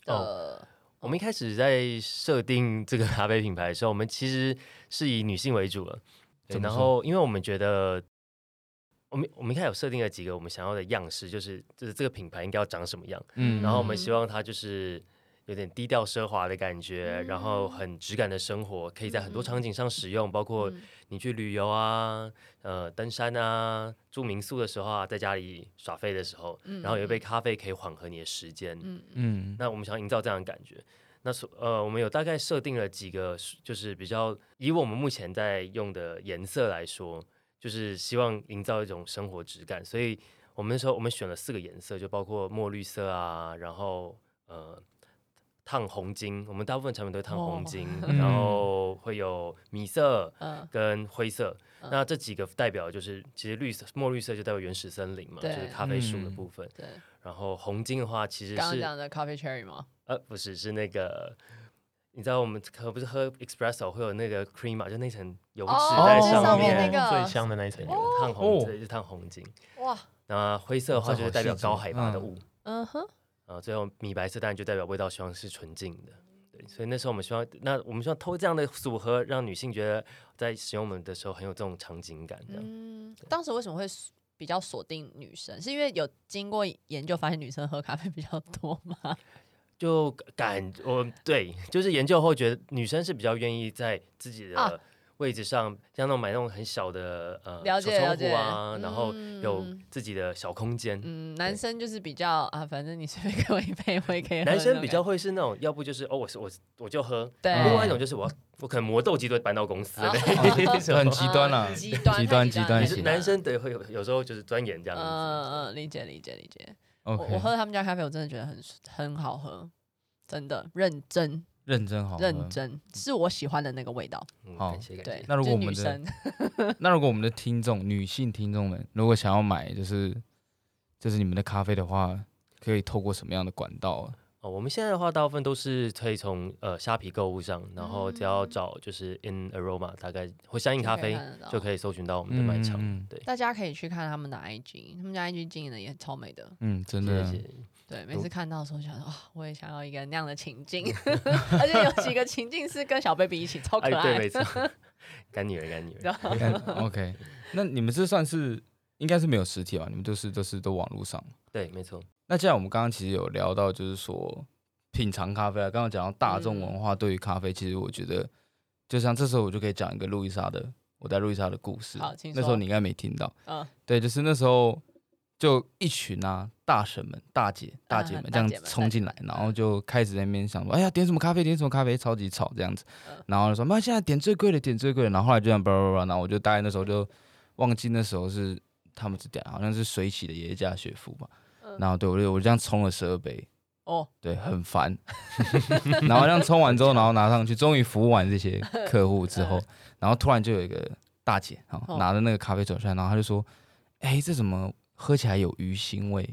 的？
我们一开始在设定这个咖啡品牌的时候，我们其实是以女性为主了。对
怎么
然
说
后，因为我们觉得，我们我们一开始有设定了几个我们想要的样式，就是就是这个品牌应该要长什么样。
嗯
然后我们希望它就是有点低调奢华的感觉，
嗯
然后很质感的生活，可以在很多
嗯嗯
场景上使用，包括
嗯
你去旅游啊、呃登山啊、住民宿的时候啊，在家里耍废的时候，
嗯
然后有一杯咖啡可以缓和你的时间。
嗯嗯
嗯
那我们想营造这样的感觉。那所呃，我们有大概设定了几个，就是比较以我们目前在用的颜色来说，就是希望营造一种生活质感。所以我们那时候我们选了四个颜色，就包括墨绿色啊，然后呃烫红金，我们大部分产品都会烫
哦
红金，然后会有米色
嗯
跟灰色。
嗯
那这几个代表就是，其实绿色墨绿色就代表原始森林嘛，就
对
是咖啡树的
嗯
部分。
对，
然后红金的话，其实
刚刚
是
讲的 coffee cherry 吗？
呃，不是，是那个，你知道我们喝不是喝 espresso 会有那个 cream 嘛，就那层油脂
哦
在
就是
上
上面那个
最香的那一层油，
烫红，
哦
这就是烫红金。
哇，
那灰色的
哦这
话就是
好
代表
细
高
致
海拔的
嗯
雾，
嗯哼，
然后最后米白色当然就代表味道希望是纯净的。对，所以那时候我们希望，那我们希望偷这样的组合，让女性觉得在使用我们的时候很有这种场景感。这样，
嗯，当时为什么会锁比较锁定女生？是因为有经过研究发现女生喝咖啡比较多吗？
就感我对，就是研究后觉得女生是比较愿意在自己
啊
的位置上，像那种买那种很小的呃
了
手
解了
冲壶啊
解，
然后有
嗯
自己的小空
*laughs*
间。
嗯，男生就是比较啊，反正你随便给我一杯，我也可以喝那种
男
感觉。
生比较会是那种，要不就是哦，我是我是我就喝，
对啊
另外一种就是我要我可能磨豆机都会搬到公司的那 *laughs* 一
*laughs*
种。
哦很极端啊啦
嗯极端
极端
太极
极端
太
男
型
生男生得会有有时候就是钻研这样子。
嗯嗯，理解理解理解。我
哦 OK，
我喝他们家咖啡，我真的觉得很很好喝，真的认真
认真好喝嗯
认。真， *laughs* 是我喜欢的那个味道。
嗯，
好
感谢感
对
谢，。
那如果
就
我们
女
的
生
那如果我们的听众女性听众们如果想要买就是就是你们的咖啡的话，可以透过什么样的管道啊？
哦，我们现在的话，大部分都是可以从呃虾皮购物上，然后只
嗯
要找就是 In Aroma，大概或相应
*laughs*
咖啡就
以。
可以搜寻到我们的卖场。
嗯嗯嗯
对，
大家可以去看他们的 IG，他们家 IG 经营的也超美的。
嗯，真
谢
的
谢。
对，每次看到的时候想说啊、我也想要一个那样的情境， *laughs* 而且有几个情境是跟小 baby 一起，超可
哎，
爱。 *laughs*
对，没错， *laughs* 干女儿，干女儿。
然后
*laughs* *laughs* OK，那你们这算是应该是没有实体吧？啊你们都是都是都网络上。
对，没错。
那既然我们刚刚其实有聊到，就是说品尝咖啡啊，刚刚讲到大众文化对于咖啡，其实我觉得，就像这时候我就可以讲一个路易莎的，我在路易莎的故事。
好请
那时
说
候你应该没听到。
嗯，
对，就是那时候就一群啊大婶们、大姐、大姐们
嗯
这样
大姐
子
们
冲进来
大，姐们嗯
然后就开始在那边想说，哎呀，点什么咖啡，点什么咖啡，超级吵这样子
嗯。
然后就说，妈，现在点最贵的，点最贵的。然后后来就这样叭叭叭，然后我就大概那时候就忘记那时候是他们是点好像是水洗的耶加雪夫吧
嗯。
然后对我就我就这样冲了十二杯，
哦，
对，很烦。 *laughs* 然后这样冲完之后，然后拿上去，终于服务完这些客户之
*laughs*
后，然后突然就有一个大姐啊、
哦
拿着那个咖啡走出来，然后她就说：“哎，这怎么喝起来有鱼腥味？”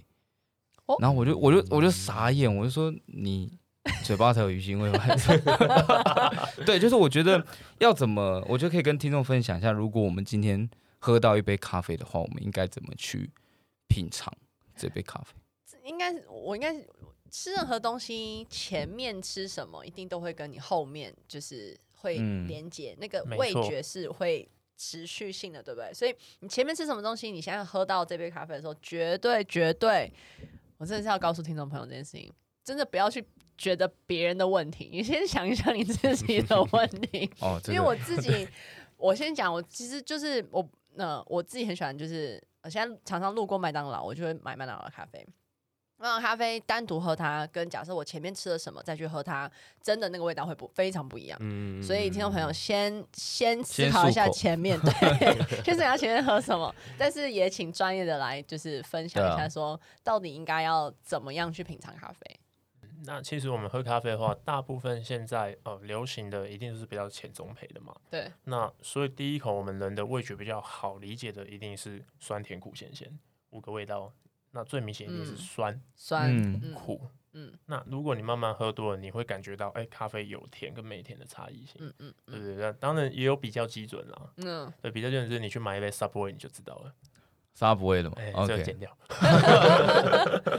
哦
然后我就我就我就傻眼，我就说：“你嘴巴才有鱼腥味吧？” *laughs* 对，就是我觉得要怎么，我觉得可以跟听众分享一下，如果我们今天喝到一杯咖啡的话，我们应该怎么去品尝这杯咖啡？
应该是我应该是吃任何东西，前面吃什么一定都会跟你后面就是会
嗯
连接、那个
没
味
错
觉是会持续性的，对不对？所以你前面吃什么东西，你现在喝到这杯咖啡的时候，绝对绝对，我真的是要告诉听众朋友这件事情，真的不要去觉得别人的问题，你先想一想你自己的问题。
哦，这
因
个
为我自己，我先讲，我其实就是我，呃，我自己很喜欢，就是我现在常常路过麦当劳，我就会买麦当劳的咖啡。麦当劳咖啡单独喝它，跟假设我前面吃了什么再去喝它，真的那个味道会不非常不一样。
嗯
所以听众朋友先先思
先
考一
漱
下
口
前面，对，先思考前面喝什么，但是也请专业的来就是分享
对啊
一下，说到底应该要怎么样去品尝咖啡。
那其实我们喝咖啡的话，大部分现在呃流行的一定就是比较浅中培的嘛。
对，
那所以第一口我们人的味觉比较好理解的一定是酸甜苦咸咸五个味道。那最明显一定是
嗯
酸、
酸，
嗯
嗯
苦。
嗯
那如果你慢慢喝多了，你会感觉到，哎、咖啡有甜跟没甜的差异性，
嗯嗯
对不对？那当然也有比较基准啦，
嗯，
对，比较基准就是你去买一杯 Subway 你就知道了，
沙不会的嘛
哎、
哦
这个
？OK，
减掉，
*laughs*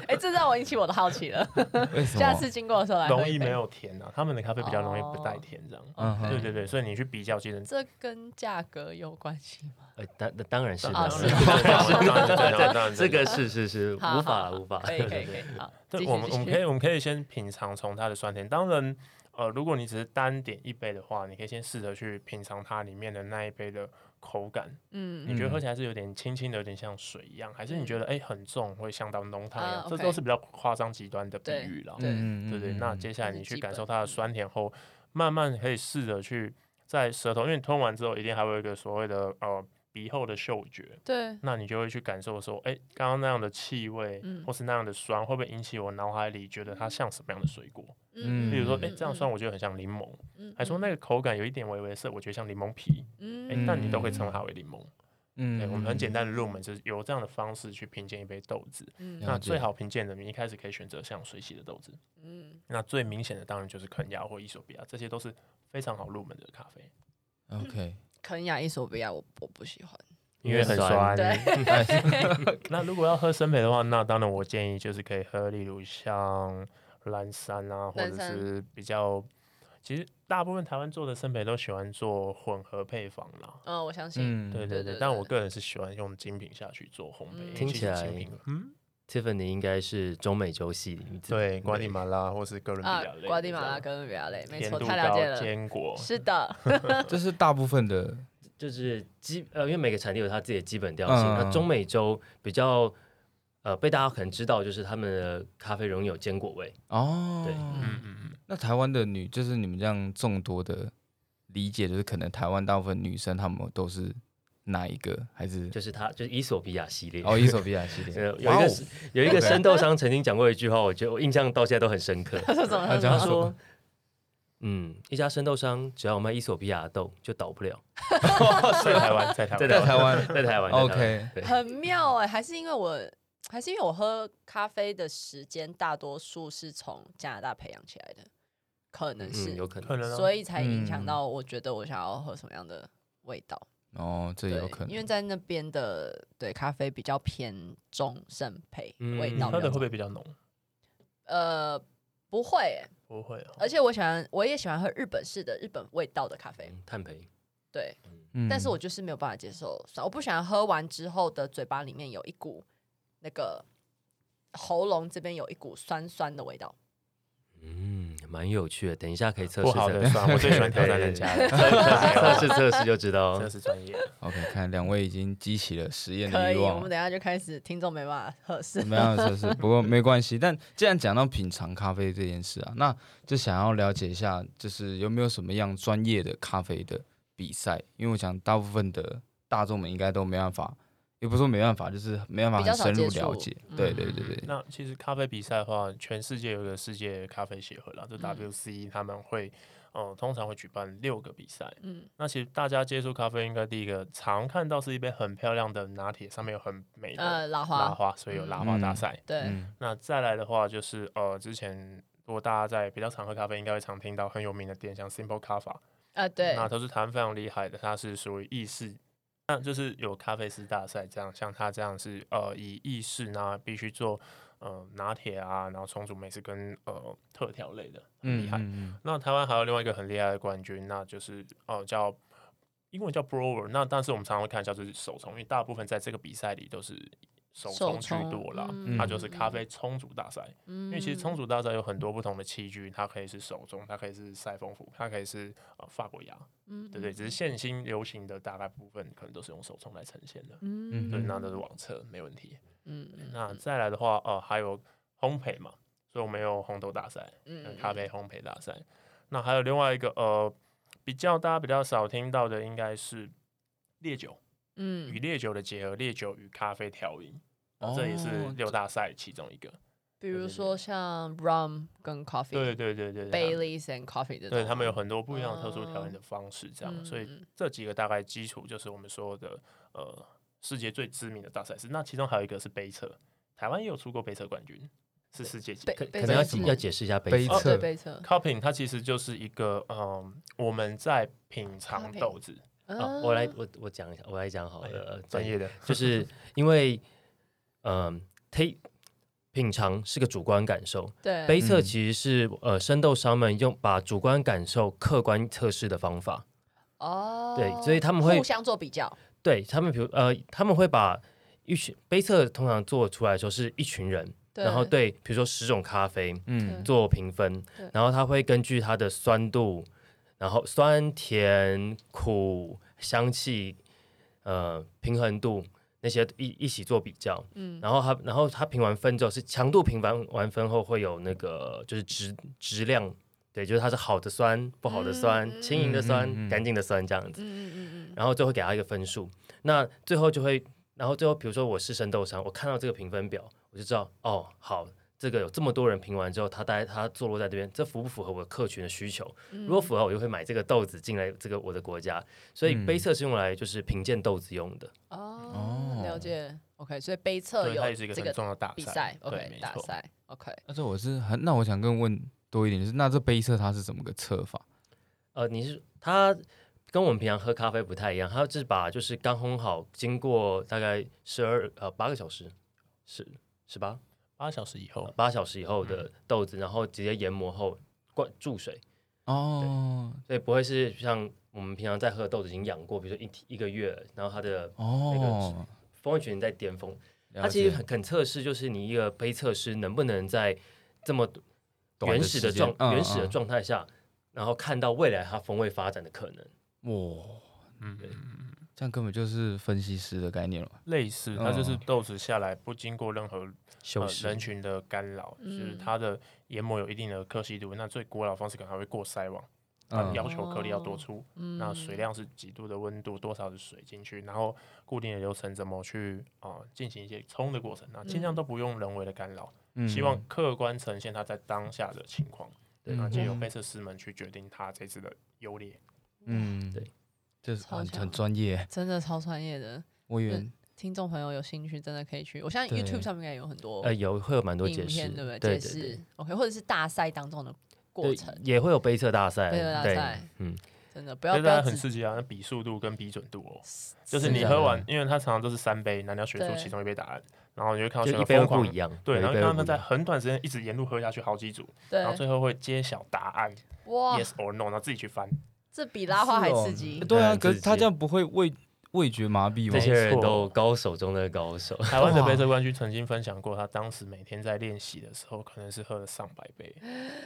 哎，这让我引起我的好奇了，
为什
下
么？
次经过的时候来喝
容
一
易
杯
没有甜啊，他们的咖啡比较容易不带
哦
甜这样。
嗯哼
对对对，所以你去比较，其实
这跟价格有关系吗？
*laughs*
呃，当当然是
啊
当然
是
是
吗
当然是，
当然是
*laughs*
*laughs*
当
当然
然是
是这个是是是无
好好
法
好
无法，
可以可以可以，好，
对，
继续
我们
继
我们
续
可以我们可以先品尝从它的酸甜。当然，呃，如果你只是单点一杯的话，你可以先试着去品尝它里面的那一杯的口感。
嗯
你觉得喝
嗯
起来是有点轻轻的，有点像水一样，还是你觉得哎、很重，会像到浓汤一样
啊？
这
嗯 OK
都是比较夸张极端的比
对
喻了。
对
嗯
对对，那接下
还
来
是
你去
基
感受
本
它的
嗯
酸甜后，慢慢可以试着去在舌头，因为你吞完之后一定还会有一个所谓的呃鼻后的嗅觉，
对，
那你就会去感受说，哎、刚刚那样的气味，
嗯
或是那样的酸，会不会引起我脑海里觉得它像什么样的水果？
嗯
例如说，哎、
嗯
这样酸，我觉得很像柠檬，
嗯
还说那个口感有一点微微涩，我觉得像柠檬皮，哎、
嗯
那你都可以称它为柠檬。对，
嗯
我们很简单的入门就是由这样的方式去品鉴一杯豆子。
嗯
了
那最
解
好品鉴的，你一开始可以选择像水洗的豆子。
嗯
那最明显的当然就是肯亚或伊索比亚，这些都是非常好入门的咖啡，
嗯，OK，
肯亚、伊索比亚，我我不喜欢。
*laughs* 因为很酸
对，
*laughs*
那如果要喝生培的话，那当然我建议就是可以喝，例如像蓝山啊，或
蓝
者
山
是比较，其实大部分台湾做的生培都喜欢做混合配方啦。
嗯，我相信。
嗯，
对
对
对
对
对，但
对
我个人是喜欢用精品下去做烘
嗯
焙，
听起来
嗯，
Tiffany 应该是中美洲系里面
对，瓜地马拉或是哥伦比
啊
亚类的，
瓜地马拉、
这样
哥伦比亚类，没
甜
错，
度
太了解
高，
了。
坚果，
是的，
这是大部分的
就是基呃，因为每个产地有它自己的基本调性。
嗯
那中美洲比较呃被大家可能知道，就是他们的咖啡容易有坚果味。
哦。
对
嗯嗯嗯，
那台湾的女，就是你们这样众多的理解，就是可能台湾大部分女生她们都是哪一个？还是
就是它就是伊索比亚系列。
哦，伊索比亚系
呃
列？
有一
哇
个
哦
是有一个生豆商曾经讲过一句话，我觉得我印象到现在都很深刻。
他说怎么
他
他
讲
说
他
什么
说：“嗯，一家生豆商只要有卖伊索比亚的豆，就倒不了。
在台湾，嗯在台湾，
*laughs* 在台湾
在台湾在台湾嗯
，OK，
对
很妙哎、还是因为我，还是因为我喝咖啡的时间大多数是从加拿大培养起来的，可能是，
嗯，有可能
可能啊
所以才影响
嗯
到我觉得我想要喝什么样的味道。
哦，这
对
有可，能，
因为在那边的对咖啡比较偏中深焙
嗯
味
你
道
喝的
比较
会不
重，
会比较浓？
呃，不会欸、
不会哦，
而且我喜欢，我也喜欢喝日本式的日本味道的咖啡，
嗯碳培。
对，
嗯
但是我就是没有办法接受酸，我不喜欢喝完之后的嘴巴里面有一股那个喉咙这边有一股酸酸的味道。
嗯，蛮有趣的。等一下可以测
不
试
好
测
的
*laughs*
算，我最喜欢挑战人家的，真 *laughs* 的
测试 *laughs* 测试就知道
真的。是专业。
OK，看两位已经激起了实验
可
的
以，
欲
我
望
们。等一下就开始，听众没办法喝是
没有，是是，不过没关系。但既然讲到品尝咖啡这件事啊，那就想要了解一下，就是有没有什么样专业的咖啡的比赛？因为我想大部分的大众们应该都没办法，也不是说没办法，就是没办法
比较
很
少
深入
接触
了解。
嗯
对对对
*laughs*
对，
那其实咖啡比赛的话，全世界有一个世界咖啡协会啦，
嗯
就 WC 他们会，呃，通常会举办六个比赛。
嗯
那其实大家接触咖啡，应该第一个常看到是一杯很漂亮的拿铁，上面有很美的
呃拉
拉
花，
花，所以有拉花大
嗯
赛。
对，
嗯
那再来的话，就是呃，之前如果大家在比较常喝咖啡，应该会常听到很有名的店，像 Simple Coffee，
啊对，
那都是台湾非常厉害的，它是属于意式，那就是有咖啡师大赛这样，像它这样是呃以意式，那必须做呃拿铁啊，然后重组美式跟呃特调类的，很厉害。
嗯
那台湾还有另外一个很厉害的冠军，那就是哦、呃叫英文叫 Brewer，那但是我们常常会看一下就是手冲，因为大部分在这个比赛里都是手冲居多啦。
嗯
它就是咖啡冲煮大赛，因
因
为其实冲煮大赛有很多不同的器具，它可以是手冲，它可以是赛风釜，它可以是呃法国牙，
嗯
对对，只是现今流行的大概部分可能都是用手冲来呈现的，
嗯
对，那都是网测没问题。
嗯
那再来的话，呃，还有烘焙嘛，所以我们有烘豆大赛、
嗯
呃咖啡烘焙大赛。那还有另外一个呃，比较大家比较少听到的应该是烈酒与
嗯，
烈酒的结合，烈酒与咖啡调饮，那这也是
哦
六大赛其中一个。
比如说像 rum 跟 coffee。
对对对对对。他们
Baileys and coffee 这种，
对他们有很多不一样的特殊调饮
哦
的方式，这样，
嗯
所以
嗯
这几个大概基础就是我们说的呃世界最知名的大赛事。那其中还有一个是杯测，台湾也有出过杯测冠军，是世界级
杯
可
杯测
可能要
是
要解释一下杯
杯
测
测
哦对杯测，
cupping，它其实就是一个嗯，我们在品尝
Cupping
豆子，
啊，我来，我我讲一下，我来讲
哦
好了，呃
哎专业的 *laughs*
就是因为，嗯、呃、，taste 品尝是个主观感受，
对
杯测
嗯
其实是呃生豆商们用把主观感受客观测试的方法。
哦，
对所以他们会
互相做比较，
对他们，比如呃，他们会把一群杯测通常做出来的时候是一群人，然后对比如说十种咖啡
嗯，
做评分
对，
然后他会根据它的酸度，然后酸甜苦香气，呃，平衡度。那些一一起做比较，嗯，然后他然后他评完分之后是强度评完完分后会有那个就是质质量，对，就是它是好的酸、不好的酸、
嗯
轻盈的酸、
嗯嗯嗯
干净的酸这样子。
嗯嗯嗯
然后最后给他一个分数。那最后就会，然后最后比如说我是生豆商，我看到这个评分表，我就知道哦，好，这个有这么多人评完之后，他大概他坐落在这边，这符不符合我的客群的需求？
嗯，
如果符合，我就会买这个豆子进来这个我的国家。所以
嗯
杯测是用来就是评鉴豆子用的。
哦，
哦
了解，OK，所以杯测
对，
有
它也是一个
这
很重要的大
比赛
对，
，OK，
没
大
错。
赛，OK，
那这我是很，那我想更问多一点，就是那这杯测它是怎么个测法？
呃，你是它跟我们平常喝咖啡不太一样，它是把就是刚烘好，经过大概十二呃八个小时，是十八
八小时以后，
八小时以后
嗯
的豆子，然后直接研磨后灌注水，
哦
所以不会是像我们平常在喝的豆子已经养过，比如说一一个月，然后它的
哦，
风味群在巅峰。
了
它其实
解
很很测试，就是你一个杯测师能不能在这么
短
原始的
时间
状、
嗯
原始的
嗯
状态下，然后看到未来它风味发展的可能。
哇，
嗯，
这样根本就是分析师的概念了嘛。
类似，它就是
哦
豆子下来不经过任何
修
呃
饰、
人群的干扰，
嗯
就是它的研磨有一定的克稀度，那最古老的方式可能还会过筛网，它
嗯
要求颗粒要多粗，
嗯
那水量是几度的温度，多少的水进去，然后固定的流程怎么去啊进、行一些冲的过程，那
嗯
尽量都不用人为的干扰，
嗯
希望客观呈现它在当下的情况，
对
那借由
嗯
贝瑟师们去决定它这次的优劣。
嗯
对，
就是
超
很
强
很专业。
真的超专业的，
我以为
听众朋友有兴趣真的可以去，我相信
对
YouTube 上面应该有很多
呃有会有蛮多解
影
释，
片，对不
对
对？解
对对
释 OK，或者是大赛当中的过
对
程，
也会有杯测大赛，
杯测大
对
赛，
嗯，
真的不要
这
不
大
要
家很
只
刺激啊，那比速度跟比准度哦，就是
是
你
的
啊
喝完，因为它常常都是三杯，那你要选出
啊对
其中一杯答案，然后你会看到
就
选
一
手
杯
疯
会
狂
不
地
一样，
对，
有
然后
一杯
看他
会不
们
一
在
样
很短时间一直沿路喝下去好几组，
对
然后最后会揭晓答案
哇，
yes or no，然后自己去翻。
这比拉花还
是哦
刺激，
对啊，
嗯
可
自
是
己
他这样不会味味觉麻痹
这
吗？
些人
没错
都高手中的高 *laughs* 手，
台湾的杯测冠军曾经分享过，他当时每天在练习的时候，可能是喝了上百
*gasps*
杯，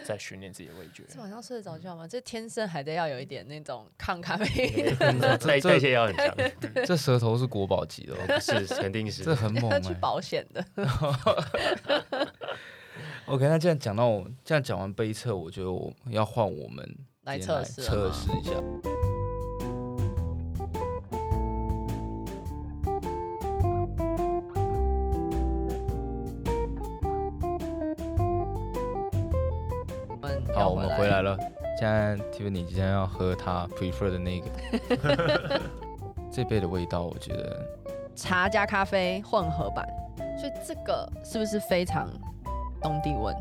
在训练自己的味觉。
这晚上睡得着觉吗？这天生还得要有一点那种抗咖啡 *laughs* 因的，
代代谢要很强，
*laughs*
*laughs* 嗯
这舌头是国宝级的
*laughs*
哦，
是肯定是
这很猛
要去
哎。
保险的。
OK，那这样讲到我这样讲完杯测，我觉得我要换我们
来
今天
测试啊了
测
吗
试一下。
我们
好，
要
我们回来了。现在 Tiffany 即将要喝他 prefer 的那个，
*laughs*
这杯的味道，我觉得
茶加咖啡混合版，所以这个是不是非常东帝汶？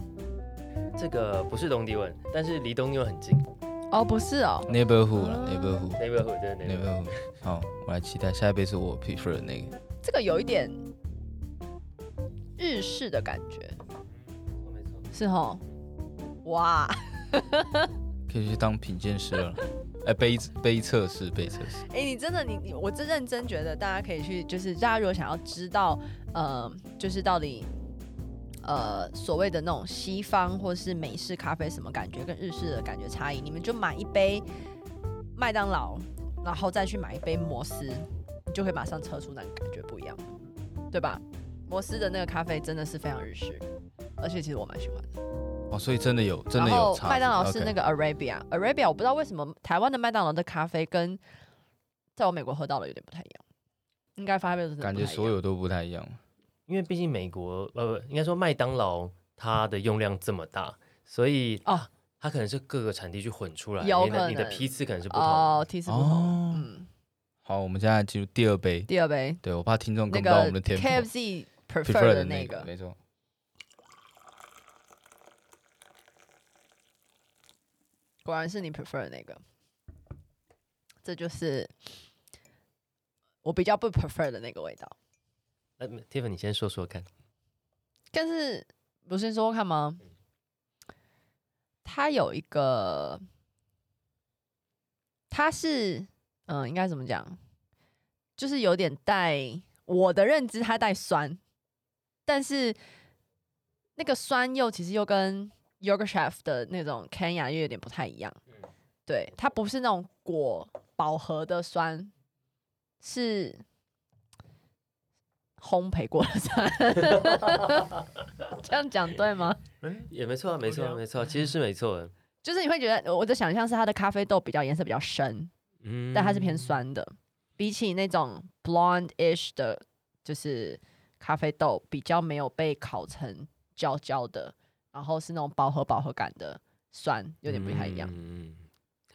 这个不是东帝汶，但是离东帝汶很近
哦，不是哦，
neighborhood 了
啊
，neighborhood。
，neighborhood 真的 neighborhood。
neighborhood。好，我来期待下一杯是我 prefer 的那个。
这个有一点日式的感觉，
没错
是哦。哇，
可以去当品鉴师
*laughs*
了。哎，杯杯测试，杯测试。
哎、你真的你你，我真认真觉得大家可以去，就是大家如果想要知道，呃，就是到底。呃，所谓的那种西方或是美式咖啡什么感觉，跟日式的感觉差异，你们就买一杯麦当劳，然后再去买一杯摩斯，你就可以马上测出那个感觉不一样，对吧？摩斯的那个咖啡真的是非常日式，而且其实我蛮喜欢的。
哦，所以真的有，真的
然
有
后
差。
麦当劳是那
个，
个 Arabia，Arabia 我不知道为什么台湾的麦当劳的咖啡跟在我美国喝到的有点不太一样，应该发现
感觉所有都不太一样。
因为毕竟美国呃，不应该说麦当劳它的用量这么大，所以
哦
它可能是各个产地去混出来，
有
你的
可
你的
能
批次可能是不同的。
哦，提示不同
哦，
嗯，
好，我们现在进入第二杯。
第二杯
对我怕听众
那
跟不到我
个
们的 tempo。
KFC prefer 的
那
那个。
没错。
果然是你 prefer 的那个，这就是我比较不 prefer 的那个味道。
呃，Tiffany 你先说说看，
但是我先说说看吗？它有一个，它是嗯、呃应该怎么讲？就是有点带我的认知，它带酸，但是那个酸又其实又跟 Yoga Chef 的那种 Kenya 又有点不太一样。对，它不是那种果饱和的酸，是烘焙过的酸。 *laughs* 这样讲对吗？
嗯，
也没错啊，没错啊，
OK 啊
没错啊，其实是没错的。
就是你会觉得，我的想象是它的咖啡豆比较颜色比较深，
嗯，
但它是偏酸的，比起那种 blonde-ish 的，就是咖啡豆比较没有被烤成焦焦的，然后是那种饱和饱和感的酸，有点不太一样，
嗯，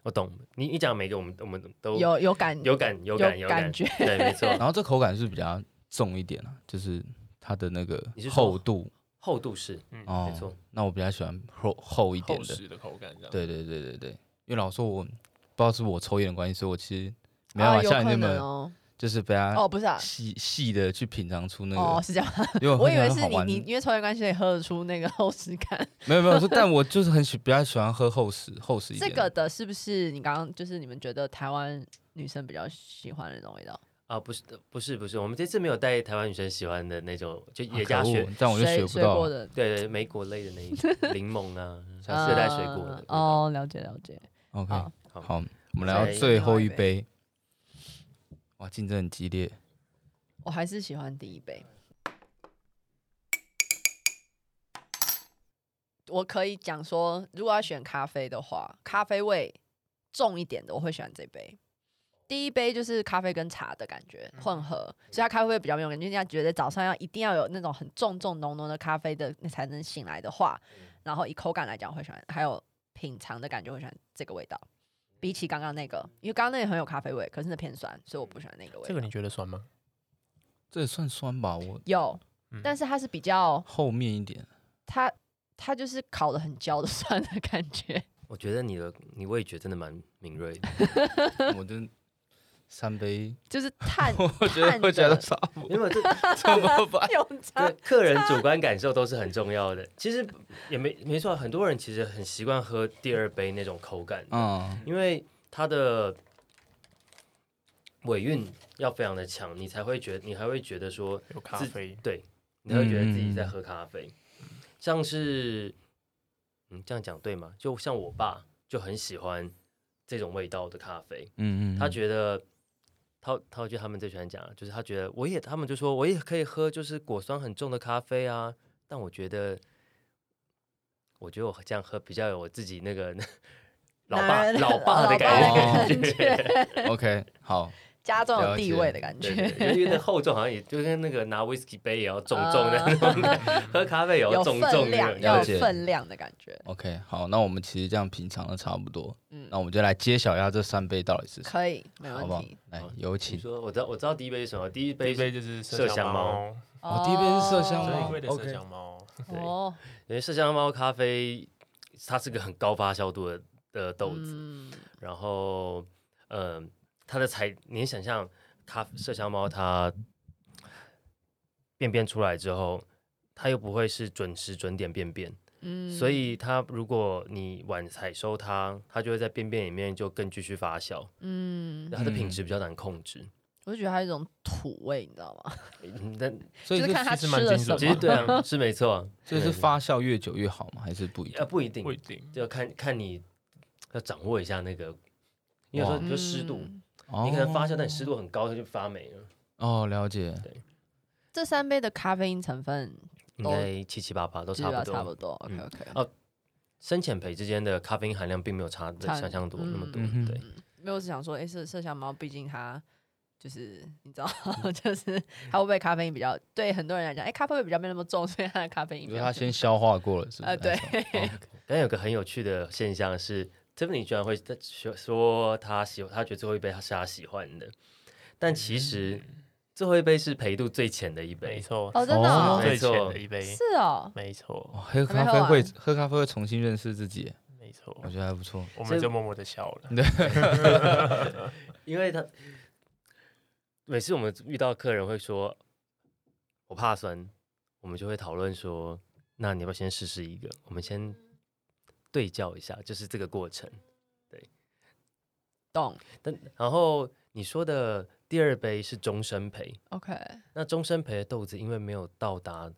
我懂。你你讲每个我们我们都
有有感
嗯
哦
有感有感有
感觉，
对，没错。
然后这口感是比较重一点啊，就是它的那个
你是说
厚度
厚度是
哦。
没错，
那我比较喜欢厚厚一点
厚
的。
实的口感这样。
啊
对对对对对，因为老实说我不知道是不是我抽烟的关系，所以我其实没办
啊，
法
有
像你
可
那么、
能哦，
就是被它
哦不是啊，
细细的去品尝出那个。
哦是这样，
因为
我
很
以
喜
为
欢
是
好
你
玩
你因为抽烟关系所以喝得出那个厚实感，
没有没
*laughs*
有，说但我就是很喜比较喜欢喝厚实厚实一
这
点。
个的是不是你刚刚就是你们觉得台湾女生比较喜欢的那种味道？
啊，不是不是不是，我们这次没有带台湾女生喜欢的那种，就
啊
野家
可恶
雪，
这样我就
水
学不
水
到
果
啊。
的
对对，莓果类的那一种柠檬啊， *laughs* 像
下
热
次
带水果的
嗯。哦，了解了解。
OK，
好
好
好，我们来到
再
最后一
另外一
杯。哇，竞争很激烈。
我还是喜欢第一杯。我可以讲说，如果要选咖啡的话，咖啡味重一点的，我会选这杯。第一杯就是咖啡跟茶的感觉
嗯
混合，所以它咖啡味比较没有感觉。人家觉得早上要一定要有那种很重重浓浓的咖啡的，那才能醒来的话，
嗯
然后以口感来讲会喜欢，还有品尝的感觉会喜欢这个味道。比起刚刚那个，因为刚刚那个很有咖啡味，可是那偏酸，所以我不喜欢那个味道。
这个你觉得酸吗？
这也算酸吧，我
有，
嗯
但是它是比较
后面一点，
它它就是烤的很焦的 *laughs* 酸的感觉。
我觉得你的你味觉真的蛮敏锐的，
我的三杯，，
就是碳
我觉得
碳
我觉得
的
差不多
因为我这
怎么
*laughs*
办？
有
对
差，
客人主观感受都是很重要的。其实也没没错啊，很多人其实很习惯喝第二杯那种口感，
嗯，
因为它的尾韵要非常的强，你才会觉你还会觉得说
有咖
自
啡，
对，你才会觉得自己在
嗯
喝咖啡。像是，嗯，这样讲对吗？就像我爸就很喜欢这种味道的咖啡，
嗯嗯，*laughs*
他觉得。他他就他们最喜欢讲，就是他觉得我也，他们就说我也可以喝，就是果酸很重的咖啡啊。但我觉得，我觉得我这样喝比较有我自己那个 *laughs* 老
男
爸
人
老爸的
老爸
感
的
觉，
*laughs* 得 OK，好，
加重
了
有地
解
位的感 *laughs* 觉，
对，对对因为那厚重好像也就跟那个拿 whisky 杯也要重重的那种感觉，喝咖啡也要
啊有
重重
分
的
量，
那
要
了
有
种感觉。
解
分量的感觉。
OK，好，那我们其实这样品尝的差不多，
嗯
那，我们就来揭晓一下这三杯到底是什么，
可以，没
好
问
不好
题。？
来
好，
有
你
请。
说我知道我知道第一杯是什么，第一
第
杯
一杯就是
麝香猫，
哦第一杯是麝香
第
吗
一
哦
杯的
OK
麝香猫，
对
哦，
因为麝香猫咖啡它是个很高发酵度的的豆子，
嗯，
然后呃它的材你想象咖麝香猫它便便出来之后，它又不会是准时准点便便。
嗯
所以它如果你晚采收它，它就会在便便里面就更继续发酵，
嗯，
它的品质比较难控制。
我就觉得它有一种土味，你知道吗？
嗯但
所以
就是
这
看它
其实
吃
蛮
了
精
什
准
其实
么。
对啊，是没错 *laughs* 啊，
所以是
没错
发酵越久越好吗？还是不一定
呃？不一定
不，一定。
就看看你要掌握一下那个，因为有时候
哇
比如湿度，
嗯
呃你可能发酵，
哦
但你湿度很高，它就发霉了，
哦，了解。
这三杯的咖啡因成分
应
都
该七七八八都
基
差
本
不
上差
多。
不多。OK
嗯
OK，
哦深浅培之间的咖啡因含量并没有差
差
想象多那么多，
嗯
对，
没有，我只想说，哎、麝麝香猫，毕竟它就是你知道， *laughs* 就是它会不会咖啡因比较对很多人来讲，哎、咖啡味比较没那么重，所以它的咖啡因
你
比
说
较
它先消化过了，是不是？
呃对
还是哦
但有个很有趣的现象是，Tiffany 居然会在嗯说说他喜，他觉得最后一杯他是他喜欢的，但其实最后一杯是陪度最浅的一
没
杯，
错，
哦，真的
哦
哦、
最
没错
浅的一杯，
是哦，
没错，
哇喝
还
咖
没喝
啡
完
会喝咖啡会重新认识自己，
没错
我，觉得还不错。
我
所
们
以
就默默的笑
哦
了。
*laughs* 因为他每次我们遇到客人会说我怕酸，我们就会讨论说，那你要不要先试试一个？我们先对照一下，就是这个过程。
懂
但然后你说的第二杯是终身陪，
，OK，嗯
那终身陪的豆子因为没有到达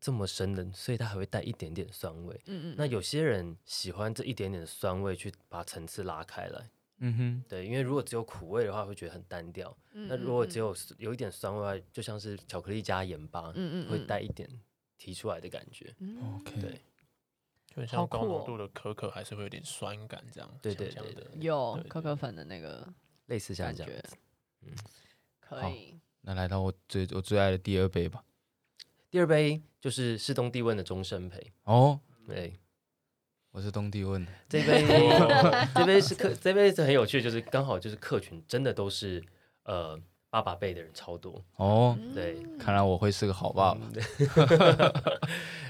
这么深的，所以它还会带一点点酸味。
嗯嗯，
那有些人喜欢这一点点的酸味，去把层次拉开来。
嗯哼，
对，因为如果只有苦味的话，会觉得很单调。
嗯
那如果只，有有一点酸味的话，就像是巧克力加盐巴，
嗯嗯嗯
会带一点提出来的感觉。
嗯嗯嗯
哦 OK
对
就很
好
像高
酷
浓
哦
度的可可还是会有点酸感，这样
对
香
对
香
对
的
对
嗯有
对对
可可粉的那个
类似像
感
这
觉
样子。嗯
可
好
以，
那来到我最我最爱的第二杯吧。
第二杯就是适中地温的终身陪，
哦，
嗯
对，
我是东帝汶的，
*laughs*
这杯这杯是客，这杯是很有趣，就是刚好就是客群真的都是呃爸爸辈的人超多，
哦，
对，
嗯
看来我会是个好
哦
爸
嗯
爸。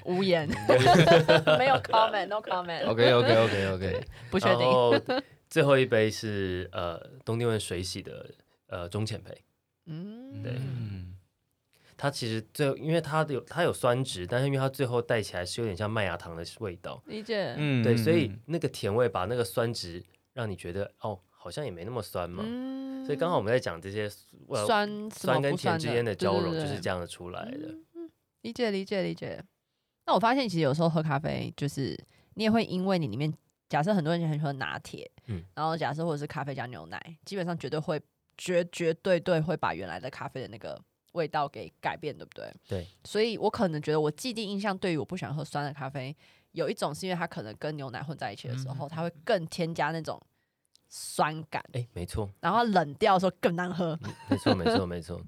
无言，
嗯
没有 comment，no
*laughs*
comment，
OK OK OK OK，
不确
然
定。
后最后一杯是呃东帝汶水洗的呃中浅焙，
嗯，
*laughs* 对
嗯，
它其实最因为它有它有酸值，但是因为它最后带起来是有点像麦芽糖的味道，
理解。
嗯
对，所以那个甜味把那个酸值让你觉得哦好像也没那么酸嘛，
嗯
所以刚好我们在讲这些呃
酸什么
酸跟
不
甜
酸
之间的交
对
融
对
就
对
是这样的出来的，
嗯理解理解理解。那我发现其实有时候喝咖啡，就是你也会因为你里面，假设很多人很喜欢拿铁，
嗯
然后假设或者是咖啡加牛奶，基本上绝对会绝绝对对会把原来的咖啡的那个味道给改变，对不对？
对。
所以我可能觉得我既定印象对于我不喜欢喝酸的咖啡，有一种是因为它可能跟牛奶混在一起的时
嗯
候，它会更添加那种酸感，
哎，没错。嗯
然后冷掉的时候更难喝，
没错，没错，没错。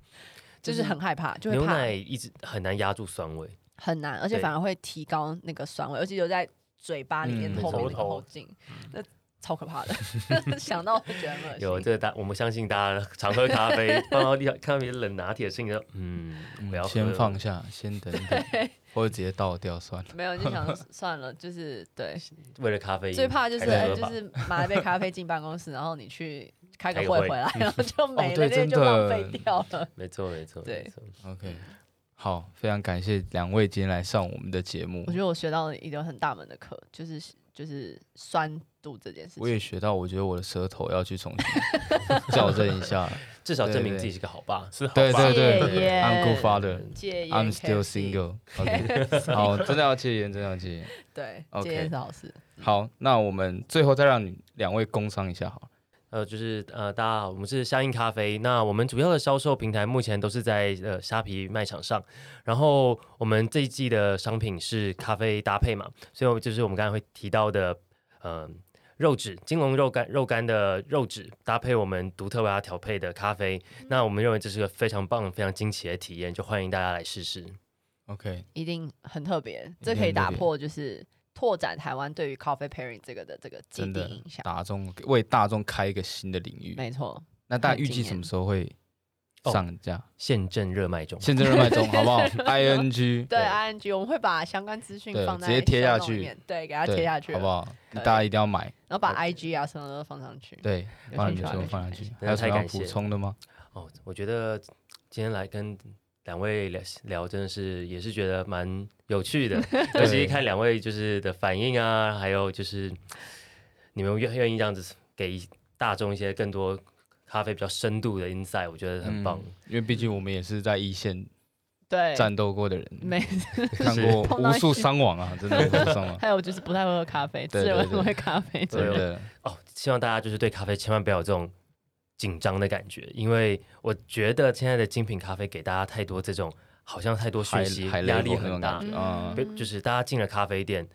就是很害怕，就会
牛
怕
奶一直很难压住酸味，
很难，而且
对
反而会提高那个酸味，尤其留在嘴巴里面
嗯
后面
没错
那个后劲，那超可怕的， *laughs* 想到就觉得很恶心。
有这个大，我们相信大家常喝咖
*laughs*
啡，放到地上看到别人冷拿铁是你的，嗯，不要
嗯
喝
先放下，先等
*laughs*
等，或者直接倒掉算了。
没有就想说算了，就是对，
为了咖啡因
*laughs* 最怕就是
还
哎
喝
就
吧
是买了杯咖啡进办公室，然后你去开个
开个
会
会
回来，然后就没了，
哦对
那
真的
就浪费掉了。
没错，没错，
对
没错
OK，好，非常感谢两位今天来上我们的节目
我，觉得我学到了一个很大门的课，就是就是酸度这件事
我
情。
也学到，我觉得我的舌头要去重新
*laughs*
矫正一下。
至少
对
证明
对
自己是个好爸。
是好
对
吧
对对
戒烟
，I'm good father。
戒烟
I'm still
可以
single。OK，好，
*laughs*
真的要戒烟，真的要戒烟。
对，
OK
戒烟是好事。
好，那我们最后再让你两位工商一下好了。
呃，就是呃，大家好，我们是夏印咖啡。那我们主要的销售平台目前都是在呃虾皮卖场上，然后我们这一季的商品是咖啡搭配嘛，所以我就是我们刚才会提到的，呃，肉质金龙肉干肉干的肉质搭配我们独特为它调配的咖啡，那我们认为这是个非常棒、非常惊奇的体验，就欢迎大家来试试。
OK，
一定很特别，
定
这可以
很特
打
别
破就是拓展台湾对于 coffee pairing 这个的这个既
真
定
的
影响。
大众为大众开一个新的领域。
没错，
那大家
很
预计
惊
什么
艳
时候会
哦
上架？
现正热卖中，
现在热卖中，好不好
*laughs*
？ING，
啊对啊
对
ING 我们会把相关资讯
对
放在
直接贴下
show note 里
去
面，对，给它
对
贴下去，
好不？好？
可以
大家一定要买，
然后把 IG 啊什么的都放上去。
对，
有
放
兴趣
进
的
去，
可以去
放
看
进
一
去
下。
还有什
太
么要
感
补
谢
充的吗？
哦，我觉得今天来跟两位聊聊，真的是也是觉得蛮有
*laughs*
趣的，尤其
对
看两位就是的反应啊，还有就是你们愿愿意这样子给大众一些更多咖啡比较深度的 insight，我觉得很棒。
嗯因为毕竟我们也是在一线
对，
战斗过的人，
没，
*laughs* 看过
碰到
无
一
数
些 *laughs*
伤亡啊，真的无数伤亡，
还有就是不太会喝咖啡，
对
自认
对
为
对
会咖啡之
真
类的，
的。
哦，希望大家就是对咖啡千万不要有这种紧张的感觉，因为我觉得现在的精品咖啡给大家太多这种好像太多讯
海
息，
海
压力
level 那
很
种
大
感。觉
嗯
啊，
被就是大家进了咖啡店，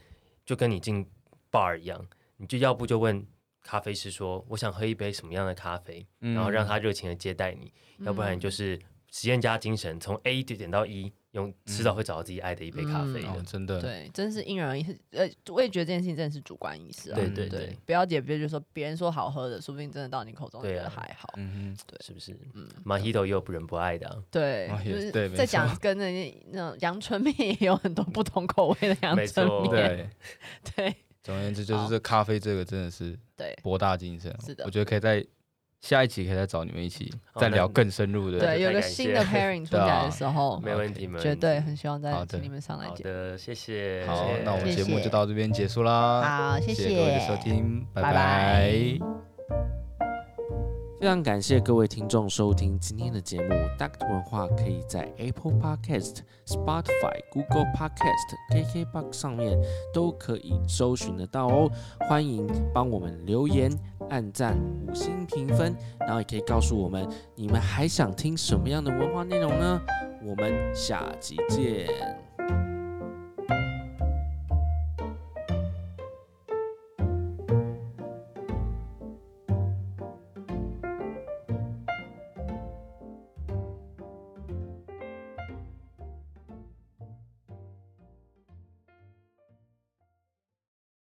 就跟你进 bar 一样，你就要不就问咖啡师说我想喝一杯什么样的咖啡，
嗯哦
然后让他热情的接待你，要不然你就是实验家精神，从 A 就点到 E，用迟早会找到自己爱的一杯咖啡的。
嗯哦，真的，
对，真是因人而异。呃，我也觉得这件事情真的是主观意识啊。
对
嗯
对
对
对，
不要解别就说别人说好喝的，说不定真的到你口中
对
觉
啊
得还好。
嗯哼，
是不是？
嗯，
马希头也有不仁不爱的啊、
对
哦，也
就是
对没
在
错
讲跟那些那种阳春面也有很多不同口味的阳
没
春
错
面，
对。
对
总而言之，就是
好
这咖啡这个真的是
对
博大精深。
是的
嗯我觉得可以在下一集可以再找你们一起
好
再
哦那
聊更深入的。
对，
就
有
太
个
感
新
谢
的 pairing 出
对
来
啊
的时候，
没问题，没问题，
绝对很希望
好
再
的
请你们上来
好
节
的，谢谢。
好
谢，
那我们
谢
节目
谢
就到这边结束啦。
好，谢
谢各位的收听，
拜
拜
拜
非常感谢各位听众收听今天的节目。Duct 文化可以在 Apple Podcast、Spotify、Google Podcast、KKBox 上面都可以搜寻得到哦。欢迎帮我们留言、按赞、五星评分，然后也可以告诉我们你们还想听什么样的文化内容呢？我们下集见。